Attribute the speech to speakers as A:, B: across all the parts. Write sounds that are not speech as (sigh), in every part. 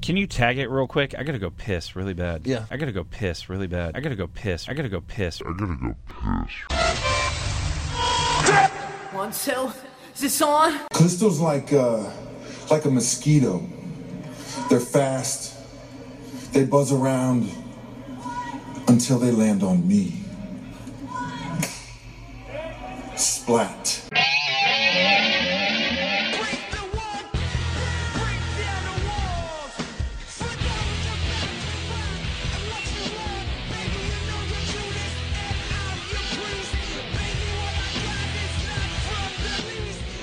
A: Can you tag it real quick? I gotta go piss really bad.
B: Yeah.
A: I gotta go piss really bad. I gotta go piss. I gotta go piss.
C: One cell. Is this on?
D: Crystals like uh, like a mosquito. They're fast. They buzz around until they land on me. Splat.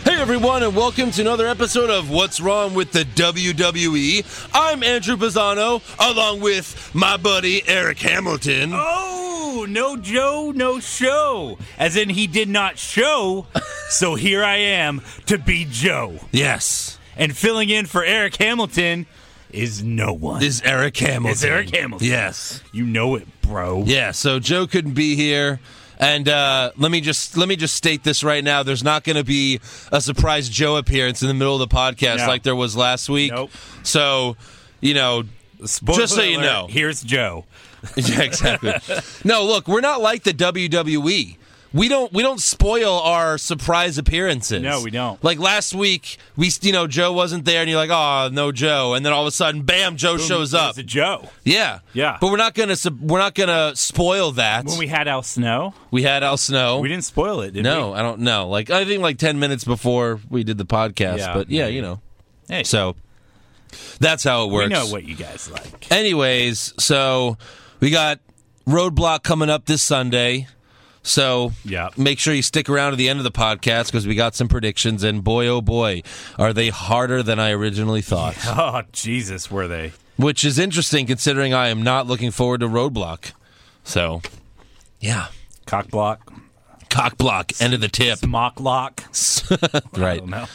B: Hey everyone, and welcome to another episode of What's Wrong with the WWE. I'm Andrew Pisano, along with my buddy Eric Hamilton.
E: Oh, no Joe, no show. As in, he did
A: (laughs)
E: not show. so here I am to be Joe.
B: Yes,
E: And filling in for Eric Hamilton is no one.
B: is Eric Hamilton.
E: It's Eric Hamilton.
B: Yes,
E: you know it, bro.
B: yeah. So Joe couldn't be here, and uh, let me just let me just state this right now. There's not going to be a surprise Joe appearance in the middle of the podcast
E: No.
B: like there was last week.
E: Nope.
B: So, you know,
E: Spoiler
B: just so you
E: alert,
B: know.
E: here's Joe.
B: (laughs) yeah, exactly. no, look, we're not like the WWE. We don't we don't spoil our surprise appearances.
E: No, we don't.
B: Like last week, we you know Joe wasn't there, and you're like, oh no, Joe, and then all of a sudden, bam, Joe shows up.
E: It's a Joe.
B: yeah,
E: Yeah.
B: But we're not gonna sub- we're not gonna spoil that.
E: When we had Al Snow,
B: We had Al Snow.
E: we didn't spoil it, did
B: no, I don't know. Like I think like ten minutes before we did the podcast,
E: Yeah,
B: but yeah,
E: maybe.
B: you know.
E: we? Hey,
B: So that's how it
E: we
B: works.
E: know what you guys like. (laughs)
B: Anyways, so we got Roadblock coming up this Sunday. So
E: Yeah.
B: make sure you stick around to the end of the podcast because we got some predictions, and boy, oh boy, are they harder than I originally thought.
E: Oh, Jesus, were they?
B: Which is interesting considering I am not looking forward to Roadblock. So, yeah,
E: Cock block,
B: cock block, end of the tip.
E: mock lock. I
B: (laughs) right.
E: don't know.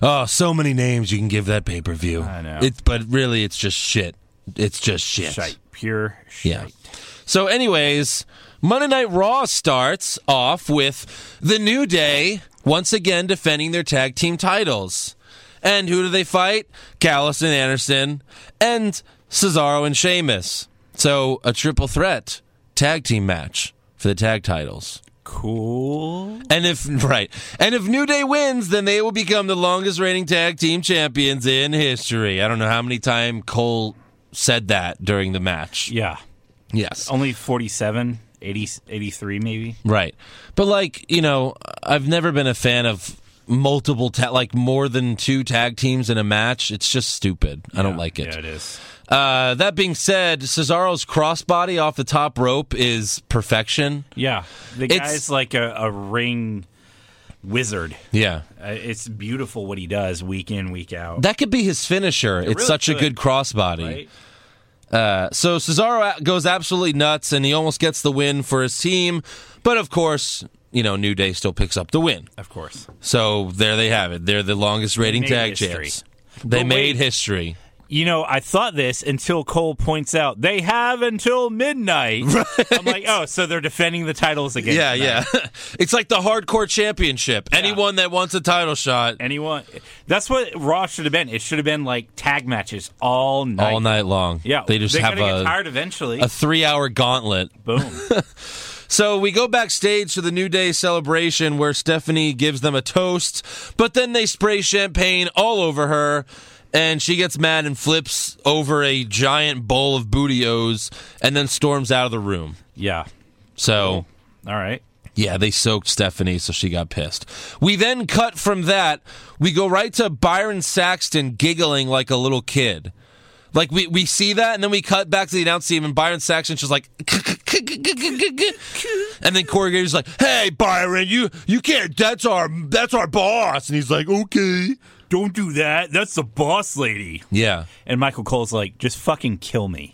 B: Oh, so many names you can give that pay per view.
E: I know.
B: It, but really, it's just shit. It's just shit.
E: Shite. Pure shite.
B: Yeah. So, anyways, Monday Night Raw starts off with the New Day once again defending their tag team titles. And who do they fight? Gallus and Anderson and Cesaro and Sheamus. So, a triple threat tag team match for the tag titles.
E: Cool.
B: And if (laughs) right, and if New Day wins, then they will become the longest reigning tag team champions in history. I don't know how many time Cole said that during the match.
E: Yeah.
B: Yes.
E: Only 47, 80, 83 maybe.
B: Right. But like, you know, I've never been a fan of multiple ta- like more than two tag teams in a match. It's just stupid. I don't like
E: Yeah,
B: it.
E: it is.
B: Uh, that being said, Cesaro's crossbody off the top rope is perfection.
E: Yeah, the
B: It's-
E: guy's like a, a ring wizard.
B: Yeah.
E: Uh, it's beautiful what he does week in week out.
B: That could be his finisher. it's
E: really
B: such a
E: could,
B: good crossbody. Uh,
E: right?
B: So Cesaro a- goes absolutely nuts and he almost gets the win for his team, but of course, you know, New Day still picks up the win.
E: Of course.
B: So there they have it. They're the longest rating
E: made
B: tag
E: history.
B: champs. They
E: But
B: made
E: wait.
B: history.
E: You know, I thought this until Cole points out they have until
B: (laughs)
E: midnight. I'm like, oh, so they're defending the titles again?
B: Yeah, yeah. (laughs) it's like the hardcore championship. Anyone that wants a title shot
E: Anyone? That's what Raw should have been. It should have been like tag matches all night.
B: all night long.
E: Yeah,
B: They just
E: they're
B: have
E: gonna get
B: a,
E: tired eventually.
B: a three hour gauntlet.
E: Boom.
B: So we go backstage to the New Day celebration where Stephanie gives them a toast, but then they spray champagne all over her. And she gets mad and flips over a giant bowl of bootios and then storms out of the room.
E: yeah.
B: So,
E: All right.
B: Yeah, they soaked Stephanie, so she got pissed. We then cut from that. We go right to Byron Saxton giggling like a little kid. Like we, we see that, and then we cut back to the announce team, and Byron Saxton's just like, and then Corey Graves is like, "Hey, Byron, you you can't. That's our that's our boss." And he's like, "Okay,
E: Don't do that. That's the boss lady.
B: yeah,
E: And Michael Cole's like, just fucking kill me.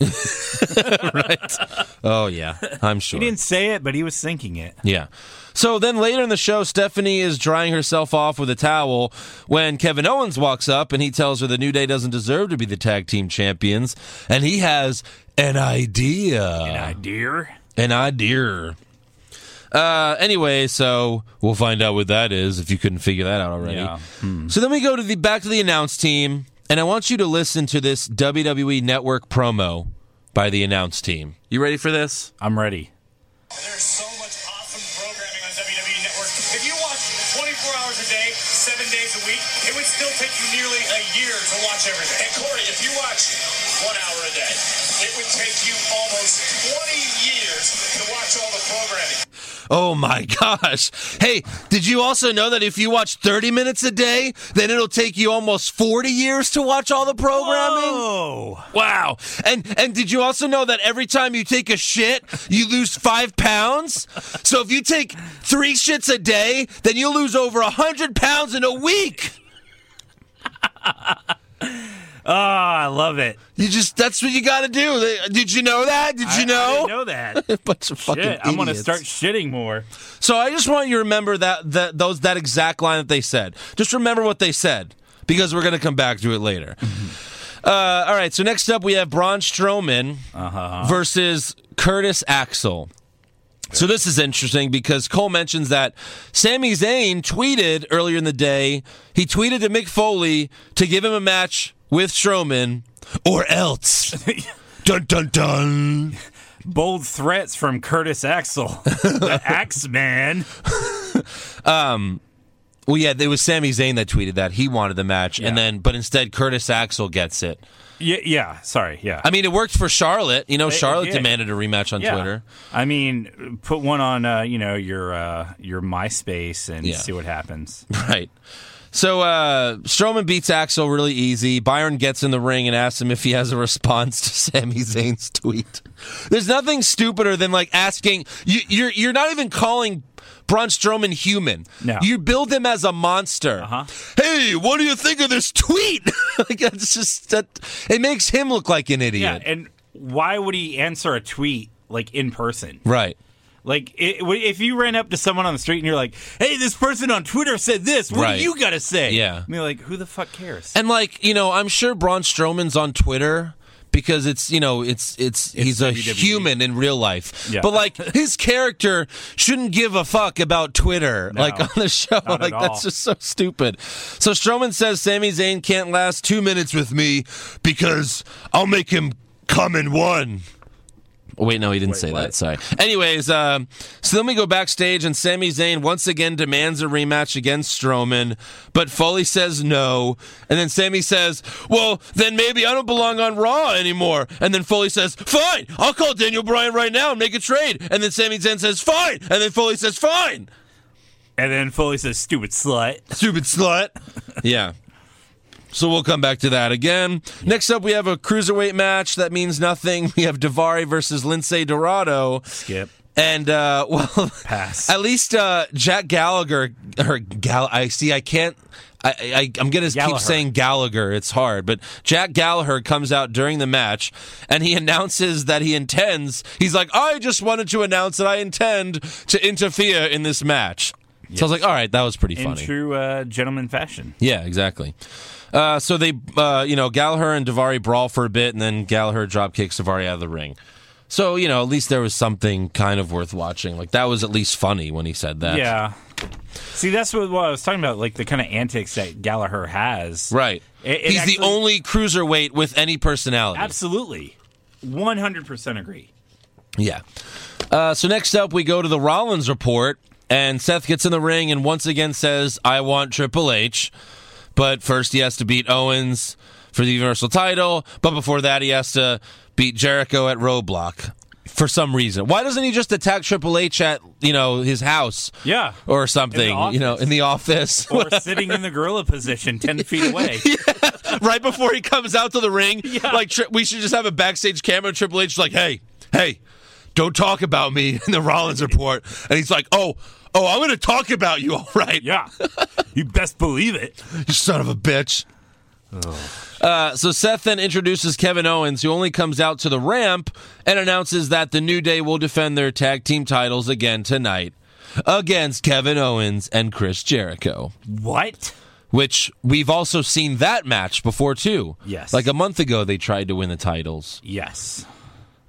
B: oh yeah, I'm sure."
E: He didn't say it, but he was thinking it.
B: Yeah. So then later in the show, Stephanie is drying herself off with a towel when Kevin Owens walks up and he tells her the New Day doesn't deserve to be the tag team champions. And he has an idea.
E: Uh, dear.
B: An idea. Uh, anyway, so we'll find out what that is if you couldn't figure that out already.
E: Yeah.
B: So then we go to the back to the announce team. And I want you to listen to this WWE Network promo by the announce team. You ready for this?
E: I'm ready.
F: There's so much awesome programming on WWE Network. If you watch 24 hours a day, seven days a week, it would still take you nearly a year to watch everything. And Corey, if you watch one hour a day, it would take you almost 20 years to watch all the programming.
B: Oh my (laughs) gosh. Hey, did you also know that if you watch 30 minutes a day, then it'll take you almost 40 years to watch all the programming?
E: Oh,
B: Wow. And and did you also know that every time you take a shit, you lose 5 pounds? So if you take 3 shits a day, then you lose over 100 pounds in a week.
E: I love it.
B: You just that's what you got to do. They- Did you know that? Did
E: I-
B: you know?
E: I didn't know that.
B: (laughs) Bunch of fucking
E: Shit, I'm gonna
B: idiots.
E: start shitting more.
B: So I just want you to remember that that those that exact line that they said. Just remember what they said because we're going to come back to it later. Uh, all right. So next up we have Braun Strowman versus Curtis Axel. So this is interesting because Cole mentions that Sami Zayn tweeted earlier in the day. He tweeted to Mick Foley to give him a match with Strowman or else. dun dun dun.
E: Bold threats from Curtis
B: (laughs)
E: Axel, the Axe Man.
B: Well, yeah, it was Sami Zayn that tweeted that he wanted the match,
E: Yeah.
B: and then but instead Curtis Axel gets it.
E: Yeah, yeah. Sorry, yeah.
B: I mean, it worked for Charlotte. You know, Charlotte
E: did.
B: demanded a rematch on
E: yeah.
B: Twitter. (laughs)
E: I mean, put one on uh, you know your uh, your MySpace and
B: Yeah.
E: see what happens.
B: Right. So uh, Strowman beats Axel really easy. Byron gets in the ring and asks him if he has a response to (laughs) Sami Zayn's tweet. There's nothing stupider than like asking you, you're you're not even calling Braun Strowman human.
E: No.
B: You build him as a monster.
E: Uh-huh.
B: Hey, what do you think of this tweet? (laughs) like that's just that it makes him look like an
E: Yeah,
B: idiot.
E: and why would he answer a tweet like in person?
B: Right.
E: Like i w if you ran up to someone on the street and you're like, "Hey, this person on Twitter said this. What
B: Right.
E: do you got to say?"
B: Yeah.
E: I mean, like, who the fuck cares?
B: And like you know, I'm sure Braun Strowman's on Twitter because it's you know it's it's, he's a
E: WWE.
B: human in real life.
E: Yeah.
B: But like his character shouldn't give a fuck about Twitter.
E: No.
B: like on the (laughs) show,
E: Not at
B: like that's
E: all.
B: just so stupid. So Strowman says Sami Zayn can't last two minutes with me because I'll make him come in one. Wait, no, he didn't say that. Sorry. Anyways, um, so then we go backstage, and Sami Zayn once again demands a rematch against Strowman, but Foley says no. And then Sami says, Well, then maybe I don't belong on Raw anymore. And then Foley says, Fine, I'll call Daniel Bryan right now and make a trade. And then Sami Zayn says, Fine. And then Foley says, Fine.
E: And then Foley says, "Stupid slut."
B: Stupid slut. yeah. So we'll come back to that again. Next up, we have a cruiserweight match that means nothing. We have Davari versus Lindsay Dorado.
E: Skip.
B: And uh, (laughs) well,
E: Pass.
B: at least uh, Jack Gallagher or Gal. I see. I can't. I, I I'm gonna
E: Gallagher.
B: keep saying Gallagher. It's hard, but Jack Gallagher comes out during the match and he announces that he intends. He's like, I just wanted to announce that I intend to interfere in this match. So I was like, all right, that was pretty
E: In
B: funny.
E: true uh, gentleman fashion.
B: Yeah, exactly. Uh, so they, uh, you know, Gallagher and Davari brawl for a bit, and then Gallagher drop kicks Davari out of the ring. So you know, at least there was something kind of worth watching. Like that was at least funny when he said that.
E: Yeah. See, that's what, what I was talking about, like the kind of antics that Gallagher has.
B: right.
E: It- it
B: He's the
E: actually-
B: only cruiserweight with any personality.
E: Absolutely. 100%
B: (laughs)
E: agree.
B: Yeah. Uh, so next up, we go to the Rollins report, and Seth gets in the ring and once again says, "I want Triple H," but first he has to beat Owens for the Universal Title, but before that he has to beat Jericho at Roadblock for some reason. Why doesn't he just attack Triple H at you know his house?
E: Yeah.
B: Or something, you know,
E: office.
B: in the office,
E: Or sitting in the gorilla position 10
B: (laughs)
E: feet away.
B: right before he comes out to the (laughs) ring. Like tri- we should just have a backstage camera. Triple H is like, hey, hey, don't talk about me (laughs) in the Rollins report. And he's like, oh, oh, I'm gonna talk about you, (laughs) all right,
E: Yeah. You best believe it.
B: you son of a bitch. Uh, so Seth then introduces Kevin Owens, who only comes out to the ramp and announces that the New Day will defend their tag team titles again tonight against Kevin Owens and Chris Jericho.
E: What?
B: Which we've also seen that match before too.
E: Yes.
B: like a month ago they tried to win the titles.
E: Yes.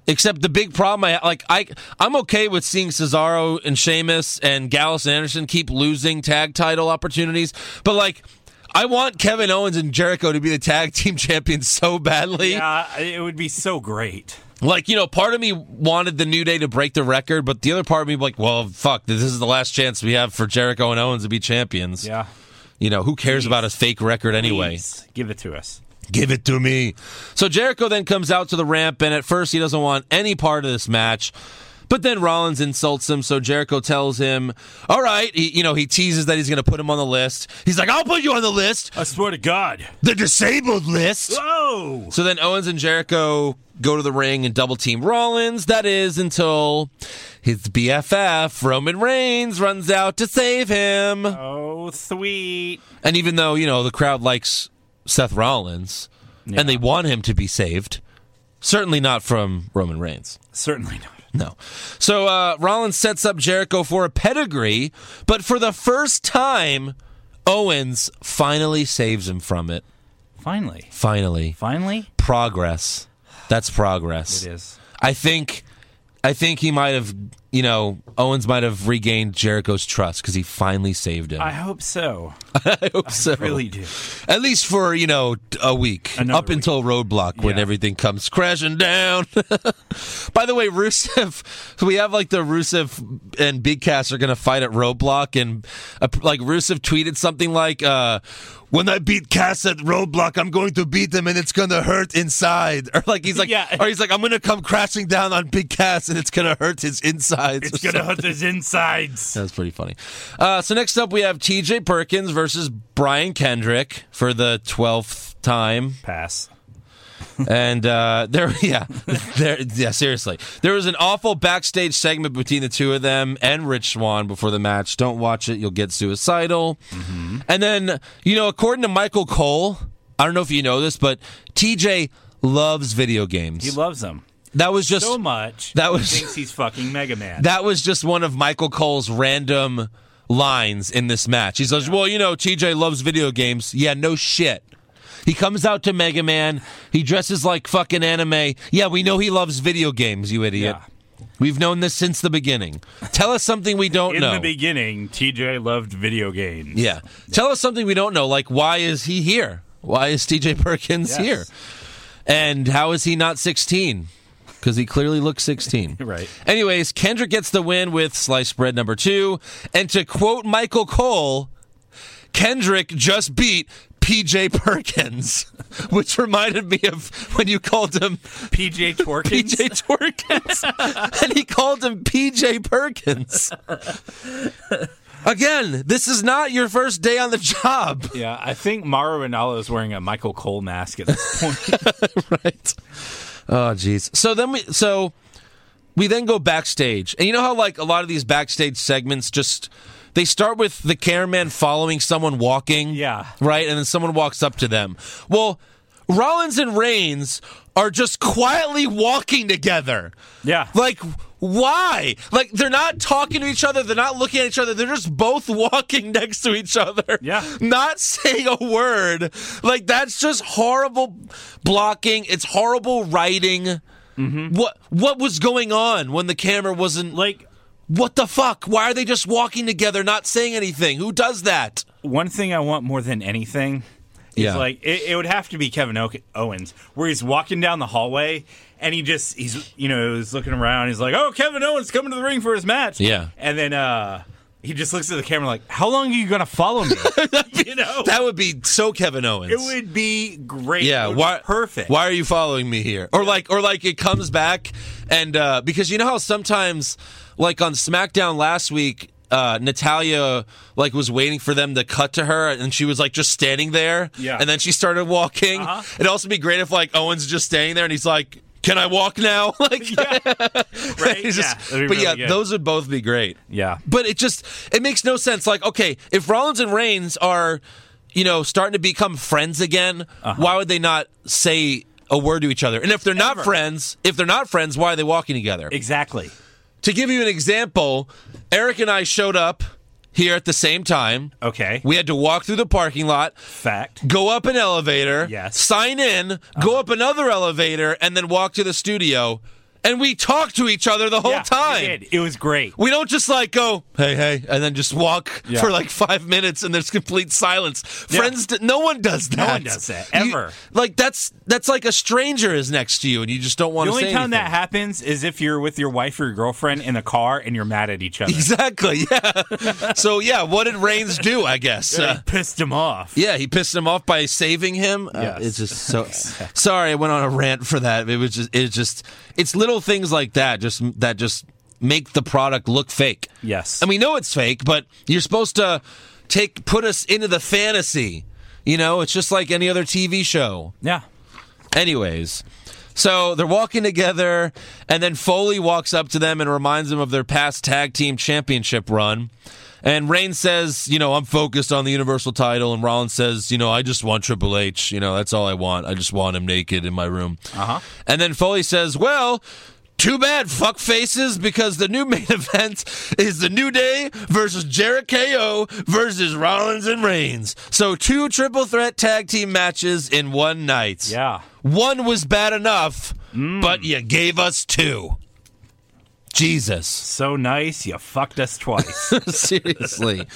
B: Except the big problem, I like I I'm okay with seeing Cesaro and Sheamus and Gallus and Anderson keep losing tag title opportunities, but like I want Kevin Owens and Jericho to be the tag team (laughs) champions so badly.
E: Yeah, it would be so great.
B: Like, you know, part of me wanted the New Day to break the record, but the other part of me, like, well, fuck, this is the last chance we have for Jericho and Owens to be champions.
E: Yeah.
B: You know, who cares about a fake record anyway?
E: Please, give it to us.
B: Give it to me. So Jericho then comes out to the ramp, and at first he doesn't want any part of this match. But then Rollins insults him, so Jericho tells him, "All right, he, you know he teases that he's going to put him on the list. He's like, "I'll put you on the list,
E: I swear to God.
B: the disabled list."
E: Oh,
B: So then Owens and Jericho go to the ring and double team Rollins. That is until his BFF Roman Reigns runs out to save him.
E: oh, sweet.
B: And even though, you know, the crowd likes Seth Rollins and they want him to be saved, certainly not from Roman Reigns.
E: Certainly not.
B: No. So uh, Rollins sets up Jericho for a pedigree, but for the first time, Owens finally saves him from it.
E: Finally,
B: Finally.
E: finally,
B: Progress. That's progress.
E: it is.
B: I think I think he might have, you know, Owens might have regained Jericho's trust because he finally saved him.
E: I hope so.
B: (laughs) I hope so.
E: Really do.
B: At least for, you know, a week.
E: Another
B: up until Roadblock when
E: Yeah.
B: everything comes crashing down. (laughs) By the way, Rusev, (laughs) we have like the Rusev and Big Cass are going to fight at Roadblock. And uh, like Rusev tweeted something like, uh, when I beat Cass at Roadblock, I'm going to beat him and it's going to hurt inside. (laughs) Or like he's
E: (laughs)
B: like,
E: Yeah.
B: or he's like, I'm going to come crashing down on Big Cass and it's going to hurt his insides. (laughs)
E: It's gonna hurt his insides.
B: That's pretty funny. Uh, so next up, we have T.J. Perkins versus Brian Kendrick for the twelfth
E: (laughs)
B: time,
E: (laughs) Pass.
B: and uh, there, (laughs) yeah, there, yeah, seriously, there was an awful backstage segment between the two of them and Rich Swan before the match. Don't watch it; you'll get suicidal.
E: Mm-hmm.
B: And then, you know, according to Michael Cole, I don't know if you know this, but T.J. loves video games.
E: He loves him
B: that was just
E: so much.
B: That was-
E: he thinks he's fucking Mega Man.
B: that was just one of Michael Cole's random lines in this match. He says, "Well, you know, TJ loves video games. Yeah, no shit." He comes out to Mega Man. He dresses like fucking anime. Yeah, we know he loves video games, you idiot. We've known this since the beginning. Tell us something we don't
E: In
B: know.
E: the beginning, TJ loved video games.
B: yeah. Tell us something we don't know. Like, why is he here? Why is TJ Perkins
E: Yes.
B: here? And how is he not 16? Because he clearly looks 16.
E: (laughs) Right.
B: Anyways, Kendrick gets the win with sliced bread number two. And to quote Michael Cole, Kendrick just beat PJ Perkins, (laughs) which reminded me of when you called him
E: PJ (laughs) Twerkins.
B: PJ Torkins, and he called him PJ Perkins. Again, this is not your first day on the job, (laughs)
E: Yeah, I think Mauro Ranallo is wearing a Michael Cole mask at this point.
B: right? Oh, jeez. So then we so we then go backstage, and you know how like a lot of these backstage segments just they start with the cameraman following someone walking,
E: Yeah.
B: right, and then someone walks up to them. Well, Rollins and Reigns are just quietly walking together.
E: (laughs) yeah.
B: Like, why? Like, they're not talking to each other. They're not looking at each other. They're just both (laughs) walking next to each other.
E: Yeah.
B: Not saying a word. Like, that's just horrible blocking. It's horrible writing. What what was going on when the camera wasn't like
E: Mm-hmm. Like
B: what the fuck? Why are they just walking together, not saying anything? Who does that?
E: one thing I want more than anything is
B: Yeah.
E: like it, it would have to be Kevin o- Owens, where he's walking down the hallway and he just he's you know he's looking around. He's like, "Oh, Kevin Owens coming to the ring for his match."
B: Yeah.
E: and then uh he just looks at the camera like, "How long are you gonna follow
B: (laughs)
E: me?" you know,
B: That would be so Kevin Owens.
E: it would be great.
B: Yeah,
E: It would be
B: why
E: perfect.
B: Why are you following me here? Or like or like it comes back and uh because you know how sometimes like on SmackDown last week uh, Natalia like was waiting for them to cut to her, and she was like just standing there.
E: Yeah. Uh-huh.
B: And then she started walking. It'd also be great if like Owen's just standing there, and he's like, "Can I walk now?" (laughs)
E: (laughs)
B: like,
E: Yeah, right.
B: he's
E: yeah,
B: (laughs) just-
E: that'd
B: but
E: be really
B: yeah,
E: good.
B: those would both be great.
E: Yeah.
B: But it just it makes no sense. Like, okay, if Rollins and Reigns are, you know, starting to become friends again,
E: Uh-huh.
B: why would they not say a word to each other? And if they're not
E: Ever.
B: friends, if they're not friends, why are they walking together?
E: exactly.
B: to give you an example, Eric and I showed up here at the same time.
E: Okay,
B: We had to walk through the parking lot,
E: fact.
B: go up an elevator,
E: Yes. Uh-huh.
B: sign in, go up another elevator, and then walk to the studio. and we talked to each other the whole
E: Yeah,
B: time.
E: we did. It was great.
B: We don't just like go, hey, hey, and then just walk for like five minutes and there's complete silence. Friends, d- no one does that.
E: No one does that,
B: You-
E: ever.
B: like that's that's like a stranger is next to you and you just don't want
E: The
B: to.
E: only
B: say
E: time that
B: anything.
E: happens is if you're with your wife or your girlfriend in the car and you're mad at each other.
B: (laughs) Exactly. Yeah. so yeah, what did Reigns do? I
E: (laughs)
B: guess. Uh,
E: Pissed him off.
B: yeah, he pissed him off by saving him. Uh,
E: (laughs) Yes.
B: It's just so. Sorry, I went on a rant for that. It was just. It's just. It's little things like that. Just that just make the product look fake.
E: Yes.
B: And we know it's fake, but you're supposed to take put us into the fantasy. You know, it's just like any other TV show.
E: Yeah.
B: Anyways, so they're walking together, and then Foley walks up to them and reminds them of their past tag team championship run. And Reigns says, you know, I'm focused on the Universal title. And Rollins says, you know, I just want Triple H. You know, that's all I want. I just want him naked in my room. Uh huh. And then Foley says, well, too bad, fuck faces, because the new main (laughs) event is the New Day versus Jericho versus Rollins and Reigns. So two triple threat tag team matches in one night.
E: Yeah.
B: One was bad enough,
E: Hmm.
B: but you gave us two. Jesus.
E: (laughs) So nice. You fucked us twice. (laughs)
B: Seriously.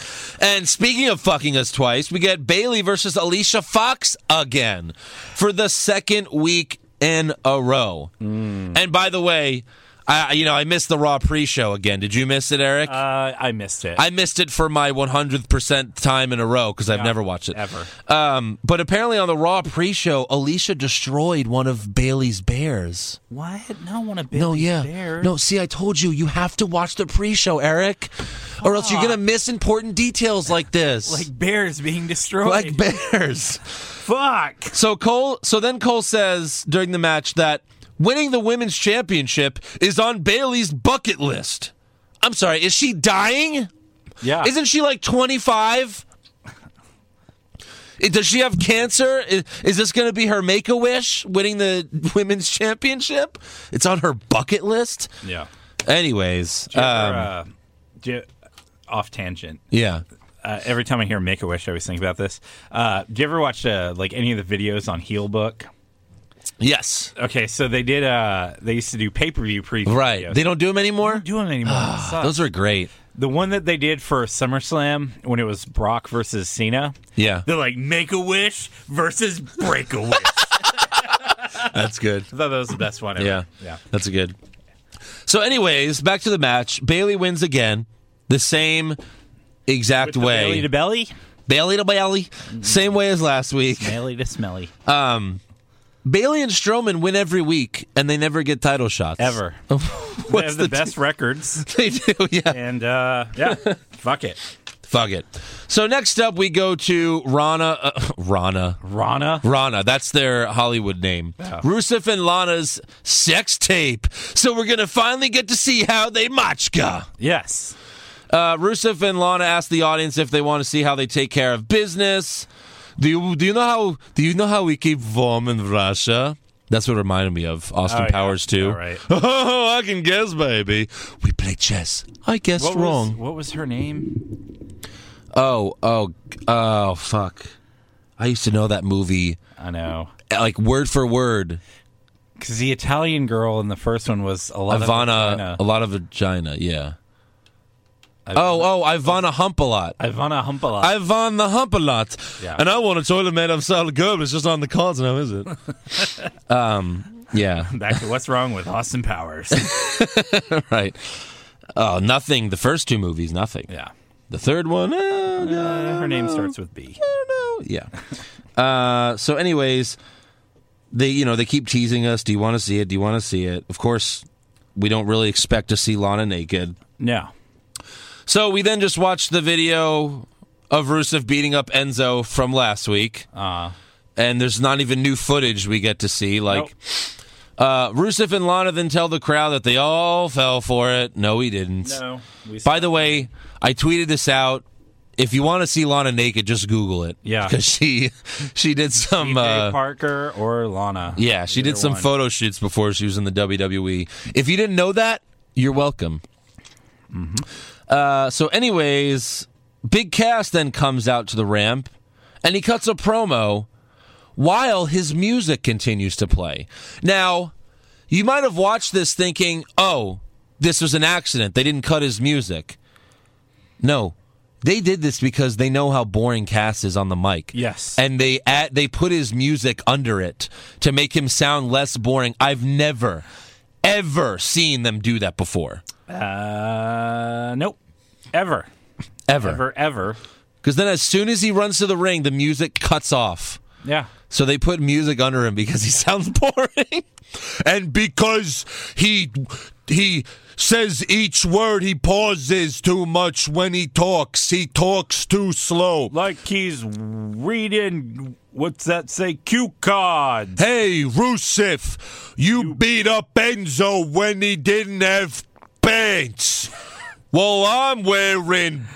B: and speaking of fucking us twice, we get Bailey versus Alicia Fox again for the second week in a row.
E: Hmm.
B: And by the way, I you know, I missed the Raw pre-show again. Did you miss it, Eric?
E: uh, I missed it.
B: I missed it for my 100% time in a row because I've never watched it.
E: ever.
B: Um, but apparently on the Raw pre show, Alicia destroyed one of Bailey's bears.
E: what? No one of
B: No,
E: Billy's
B: yeah.
E: bears.
B: No, see, I told you, you have to watch the pre show, Eric, or else you're going to miss important details Ah. (laughs) like this.
E: Like bears being destroyed.
B: like bears.
E: Fuck.
B: (laughs) So Cole, so then Cole says during the match that winning the women's championship is on Bailey's bucket list. I'm sorry, is she dying?
E: Yeah.
B: Isn't she like 25? Does she have cancer? I- Is this going to be her make a wish winning the (laughs) women's championship? It's on her bucket list.
E: Yeah.
B: Anyways,
E: Do you
B: um,
E: ever, uh, do you- off tangent.
B: yeah.
E: Uh, every time I hear Make a Wish, I always think about this. Uh, do you ever watch uh, like any of the videos on Heel Book?
B: Yes.
E: Okay, so they did. Uh, they used to do pay per view previews.
B: Right. Ah. They don't do them anymore?
E: do them anymore. It sucks.
B: Those are great.
E: the one that they did for SummerSlam when it was Brock versus Cena. (laughs)
B: Yeah.
E: They're like Make a Wish versus Break
B: (laughs)
E: a Wish. I
B: That's good.
E: thought that was the best one. Ever.
B: Yeah.
E: yeah.
B: That's good. So, anyways, back to the match. Bailey wins again, the same exact
E: The
B: way.
E: Belly to belly,
B: Bailey to Bailey, same way as last week.
E: belly to smelly.
B: Bailey and Strowman win every week, and they never get title shots
E: Ever. they
B: (laughs) What's
E: have the,
B: the,
E: best records,
B: (laughs) They do, yeah.
E: and uh, yeah, fuck it.
B: Fuck it. So next up, we go to Rana, uh, (laughs) Rana,
E: Rana.
B: Rana. That's their Hollywood name. Rusev and Lana's sex tape. So we're gonna finally get to see how they machka.
E: Yes.
B: Uh, Rusev and Lana ask the audience if they want to see how they take care of business. Do you do you know how do you know how we keep warm in Russia? That's what it reminded me of Austin
E: Oh, yeah.
B: Powers too.
E: All right.
B: (laughs) Oh, I can guess, baby. We play chess. I guessed
E: What
B: wrong.
E: Was, what was her name?
B: Oh, oh, oh, fuck! I used to know that movie
E: I know.
B: like word for word.
E: Because the Italian girl in the first one was a lot
B: Ivana, a
E: of
B: lot of vagina. Yeah. Oh, oh, Ivana hump a lot.
E: Ivana Humpala.
B: Ivan the hump a lot.
E: Yeah.
B: And I want a toilet made of solid gold, but it's just on the cards now, is it? um.
E: (laughs)
B: Yeah.
E: Back to what's wrong with Austin
B: (laughs)
E: Powers.
B: Right. Oh, nothing. The first two movies, nothing.
E: yeah.
B: The third one. oh, God.
E: (laughs) Uh, her name starts with B.
B: don't know. Yeah. Uh, so, anyways, they you know they keep teasing us. Do you want to see it? Do you want to see it? Of course, we don't really expect to see Lana naked.
E: No.
B: So we then just watched the video of Rusev beating up Enzo from last week.
E: Uh,
B: and there's not even new footage we get to see. Like uh, Rusev and Lana then tell the crowd that they all fell for it. No, we didn't.
E: no. We
B: By the way, I tweeted this out. If you want to see Lana naked, just Google it.
E: Yeah.
B: because she (laughs) she did some.
E: PJ
B: uh,
E: Parker or Lana.
B: yeah, she did
E: Either
B: some
E: one.
B: photo shoots before she was in the WWE. If you didn't know that, you're welcome.
E: Mm-hmm.
B: Uh, so, anyways, Big Cass then comes out to the ramp and he cuts a promo while his music continues to play. Now, You might have watched this thinking, oh, this was an accident. They didn't cut his music. No, they did this because they know how boring Cass is on the mic.
E: Yes.
B: And they add, they put his music under it to make him sound less boring. I've never, ever seen them do that before.
E: Uh, nope. Ever.
B: Ever.
E: Ever, ever.
B: Because then as soon as he runs to the ring, the music cuts off.
E: Yeah.
B: So they put music under him because he (laughs) sounds boring, and because he he says each word he pauses too much when he talks. He talks too slow.
E: Like he's reading, what's that say? Cue cards.
B: Hey, Rusev, you beat up Enzo when he didn't have pants. well, I'm wearing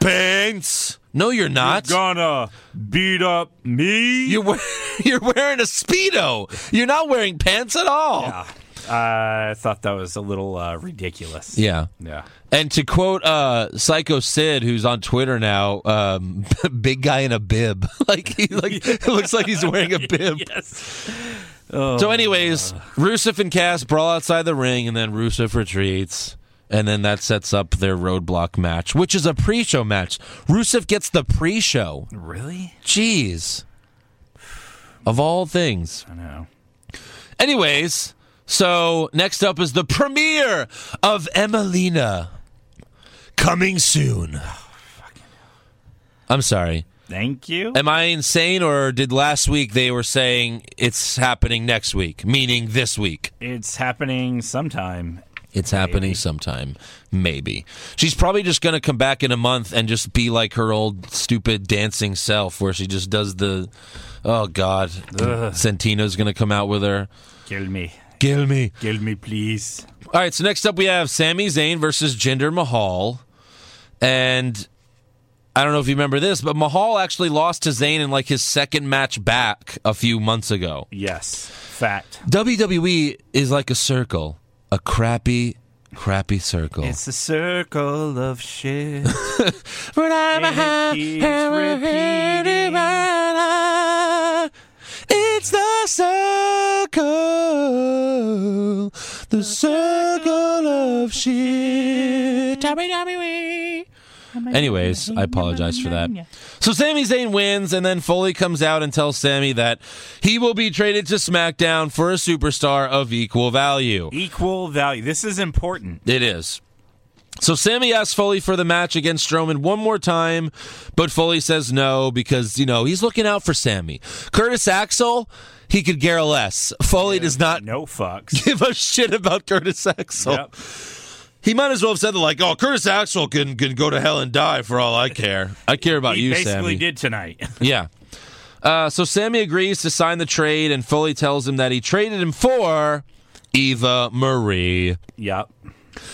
B: pants. No, you're not.
E: Gonna beat up me?
B: You're we- (laughs) you're wearing a speedo. You're not wearing pants at all.
E: Yeah. I thought that was a little uh, ridiculous.
B: Yeah.
E: Yeah.
B: And to quote uh, Psycho Sid, who's on Twitter now, um, (laughs) big guy in a bib. (laughs) like he like it looks like he's wearing a bib.
E: Yes.
B: so, anyways, Rusev and Cass brawl outside the ring, and then Rusev retreats. And then that sets up their roadblock match, which is a pre-show match. Rusev gets the pre-show.
E: Really?
B: Jeez. Of all things.
E: I know.
B: Anyways, so next up is the premiere of Emelina. Coming soon. I'm sorry.
E: Thank you.
B: Am I insane or did last week they were saying it's happening next week, meaning this week?
E: It's happening sometime.
B: It's happening sometime. Maybe. She's probably just going to come back in a month and just be like her old stupid dancing self where she just does the oh god. Santino's going to come out with her.
E: Kill me.
B: Kill me.
E: Kill me, please.
B: All right, so next up we have Sami Zayn versus Jinder Mahal. And I don't know if you remember this, but Mahal actually lost to Zayn in like his second match back a few months ago.
E: Yes. Fact.
B: WWE is like a circle, a crappy, crappy circle.
E: It's a circle of shit.
B: But I'm
E: And it
B: happy,
E: keeps
B: and we're
E: repeating.
B: happy, It's the circle, the circle of shit. WWE. Anyways, I apologize for that. So Sami Zayn wins, and then Foley comes out and tells Sammy that he will be traded to SmackDown for a superstar of equal value.
E: (laughs) Equal value. This is important.
B: It is. So Sammy asks Foley for the match against Strowman one more time, but Foley says no because, you know, he's looking out for Sammy. Curtis Axel, he could care less. Foley does not (laughs)
E: No (laughs) fucks.
B: give a shit about Curtis Axel.
E: Yep.
B: He might as well have said that, like, oh, Curtis Axel can, can go to hell and die for all I care. I care about
E: He
B: you,
E: basically
B: Sammy.
E: did tonight. (laughs)
B: Yeah. Uh, so Sammy agrees to sign the trade, and Foley tells him that he traded him for Eva Marie.
E: yep.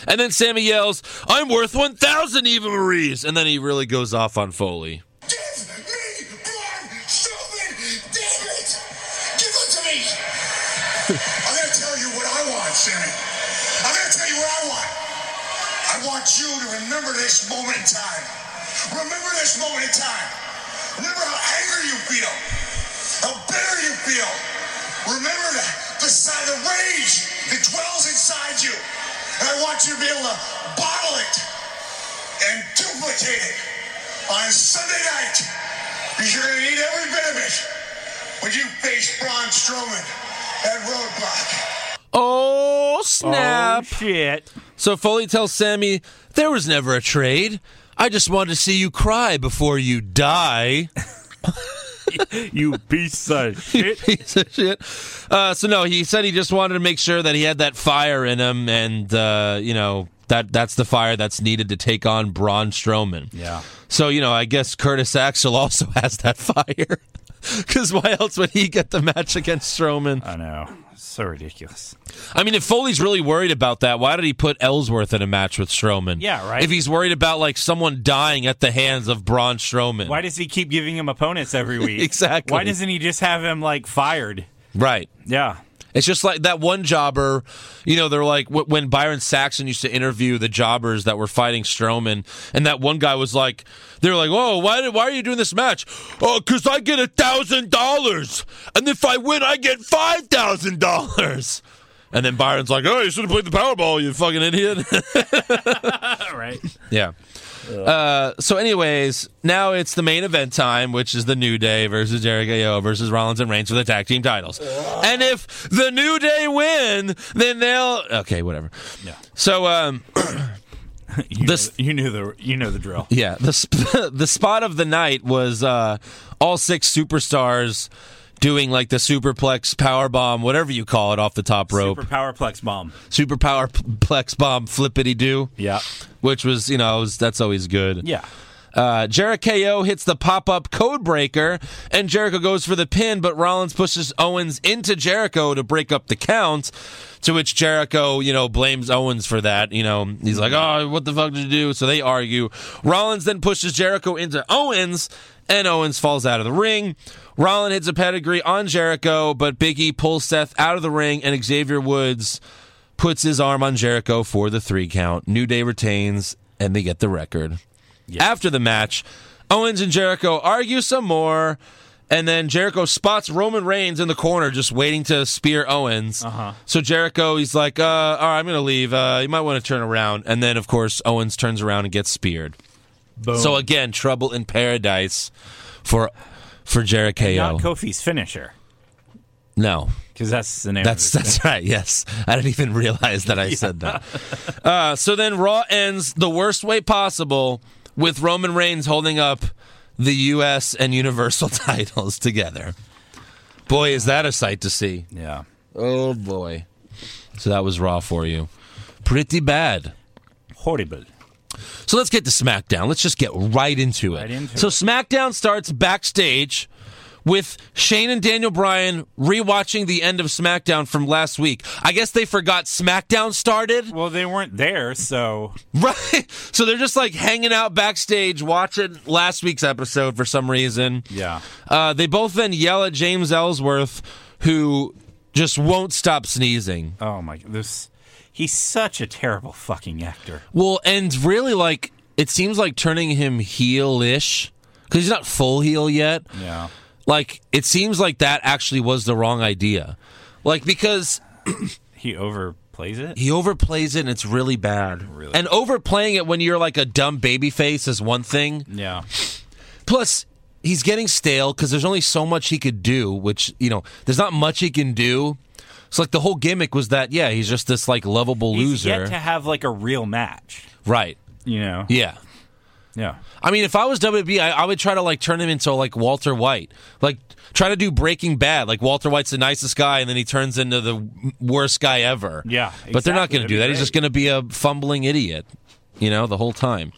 B: And then Sammy yells, I'm worth 1,000 Eva Marie's. And then he really goes off on Foley.
F: Give me Braun Strowman! Damn it! Give it to me! I'm gonna tell you what I want, Sammy. I'm gonna tell you what I want. I want you to remember this moment in time. Remember this moment in time. Remember how angry you feel. How bitter you feel. Remember the, the, si- the rage that dwells inside you. And I want you to be able to bottle it and duplicate it on Sunday night. Because you're going to need every bit of it when you face Braun Strowman at Roadblock.
B: Oh,
E: Oh,
B: snap.
E: shit.
B: So Foley tells Sammy, There was never a trade. I just wanted to see you cry before you die. (laughs)
E: You piece (laughs) of shit.
B: Piece of shit. Uh, so, no, he said he just wanted to make sure that he had that fire in him, and, uh, you know, that that's the fire that's needed to take on Braun Strowman.
E: Yeah.
B: So, you know, I guess Curtis Axel also (laughs) has that fire. Because why else would he get the match against Strowman?
E: I know. So ridiculous.
B: I mean, if Foley's really worried about that, why did he put Ellsworth in a match with Strowman?
E: Yeah, right.
B: If he's worried about like someone dying at the hands of Braun Strowman,
E: Why does he keep giving him opponents
B: (laughs)
E: every week?
B: Exactly.
E: Why doesn't he just have him like fired?
B: right?
E: Yeah.
B: It's just like that one jobber. You know, they're like wh- when Byron Saxon used to interview the jobbers that were fighting Strowman, and that one guy was like, they were like, "Whoa, why did, why are you doing this match? Oh, because I get a thousand dollars, and if I win, I get five thousand dollars." And then Byron's like, "Oh, you should have played the Powerball, you fucking idiot." (laughs)
E: All right.
B: yeah. Uh, so, anyways, now it's the main event time, which is the New Day versus Jericho versus Rollins and Reigns for the tag team titles. And if the New Day win, then they'll okay, whatever.
E: Yeah.
B: So, um,
E: You,
B: (laughs) This-
E: know, you knew the you know the drill.
B: Yeah, the sp- (laughs) the spot of the night was uh, all six superstars doing like the superplex power bomb, whatever you call it, off the top (laughs) rope,
E: Super powerplex bomb.
B: super powerplex bomb, flippity do.
E: Yeah.
B: which was you know was, that's always good.
E: Yeah.
B: Uh, Jericho hits the pop up code breaker, and Jericho goes for the pin, but Rollins pushes Owens into Jericho to break up the count. To which Jericho, you know, blames Owens for that. You know, he's like, oh, what the fuck did you do? So they argue. Rollins then pushes Jericho into Owens, and Owens falls out of the ring. Rollins hits a pedigree on Jericho, but Biggie pulls Seth out of the ring, and Xavier Woods puts his arm on Jericho for the three count. New Day retains, and they get the record. After the match, Owens and Jericho argue some more, and then Jericho spots Roman Reigns in the corner just waiting to spear Owens. Uh-huh. So Jericho, he's like, uh, all right, I'm going to leave. Uh, you might want to turn around. And then, of course, Owens turns around and gets speared.
E: Boom.
B: So again, trouble in paradise for for Jericho.
E: not Kofi's finisher
B: no,
E: because that's the name.
B: that's
E: of it.
B: that's right. Yes, I didn't even realize that I said that. Uh, so then Raw ends the worst way possible with Roman Reigns holding up the U.S. and Universal (laughs) titles together. Boy, is that a sight to see!
E: yeah.
B: Oh boy. So that was Raw for you. Pretty bad.
E: Horrible.
B: So let's get to SmackDown. Let's just get right into it.
E: Right into
B: so
E: it.
B: SmackDown starts backstage with Shane and Daniel Bryan rewatching the end of SmackDown from last week. I guess they forgot SmackDown started. (laughs)
E: Well, they weren't there, so
B: Right. So they're just like hanging out backstage watching last week's episode for some reason.
E: yeah.
B: Uh, they both then yell at James Ellsworth, who just won't stop sneezing.
E: Oh my, this. He's such a terrible fucking actor.
B: Well, and really, like it seems like turning him heel-ish because he's not full heel yet.
E: Yeah.
B: Like it seems like that actually was the wrong idea. Like because
E: He overplays it.
B: he overplays it and it's really bad.
E: Really
B: And overplaying it when you're like a dumb baby face is one thing.
E: yeah.
B: Plus, he's getting stale because there's only so much he could do, which, you know, there's not much he can do. So, like, the whole gimmick was that, yeah, he's just this, like, lovable
E: He's yet
B: loser.
E: to have like a real match.
B: right.
E: You know.
B: Yeah.
E: Yeah.
B: I mean, if I was WWE, I, I would try to, like, turn him into, like, Walter White. Like, try to do Breaking Bad. Like, Walter White's the nicest guy, and then he turns into the w- worst guy ever.
E: Yeah,
B: But they're not
E: exactly.
B: going to
E: That'd
B: do
E: be
B: that. He's
E: great.
B: just going to be a fumbling idiot, you know, the whole time.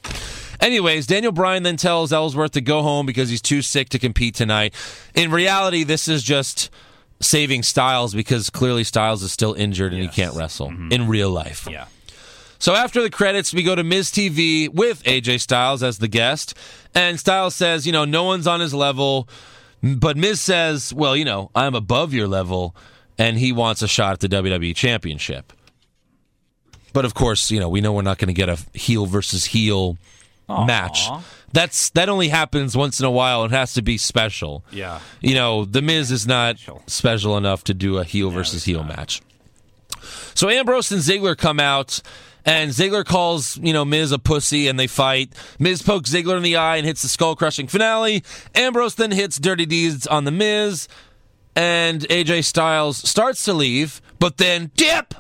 B: Anyways, Daniel Bryan then tells Ellsworth to go home because he's too sick to compete tonight. In reality, this is just saving Styles because clearly Styles is still injured and he can't wrestle
E: Mm-hmm.
B: in real life.
E: Yeah.
B: So after the credits, we go to Ms. TV with AJ Styles as the guest. And Styles says, you know, no one's on his level. But Miz says, well, you know, I'm above your level. And he wants a shot at the WWE Championship. But of course, you know, we know we're not going to get a heel versus heel match. That's that only happens once in a while. It has to be special.
E: Yeah.
B: You know, The Miz is not special enough to do a heel versus heel match. So Ambrose and Ziggler come out, and Ziggler calls, you know, Miz a pussy, and they fight. Miz pokes Ziggler in the eye and hits the skull crushing finale. Ambrose then hits Dirty Deeds on The Miz, and AJ Styles starts to leave, but then dip!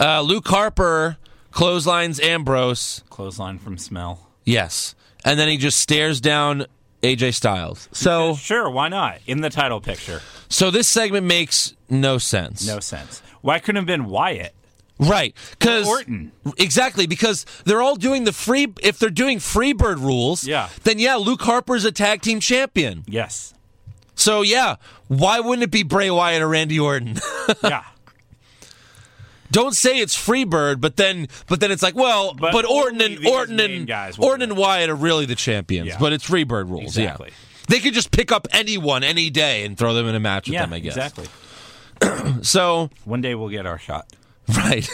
B: Uh, Luke Harper clotheslines Ambrose.
E: Clothesline from smell.
B: Yes. And then he just stares down AJ Styles. So.
E: Sure, why not? In the title picture.
B: So this segment makes no sense.
E: No sense. Why couldn't it have been Wyatt?
B: Right. Cuz
E: Orton.
B: Exactly, because they're all doing the free if they're doing freebird rules,
E: Yeah.
B: then yeah, Luke Harper's a tag team champion. (laughs)
E: Yes.
B: So yeah, why wouldn't it be Bray Wyatt or Randy Orton?
E: Yeah.
B: Don't say it's freebird, but then but then it's like, well, but,
E: But
B: Orton
E: only
B: and
E: these
B: Orton
E: main
B: and
E: guys will
B: Orton
E: do
B: and Wyatt are really the champions,
E: Yeah.
B: but it's freebird rules,
E: Exactly.
B: yeah. They could just pick up anyone any day and throw them in a match with
E: yeah,
B: them, I guess.
E: exactly.
B: So (laughs)
E: One day we'll get our shot.
B: Right.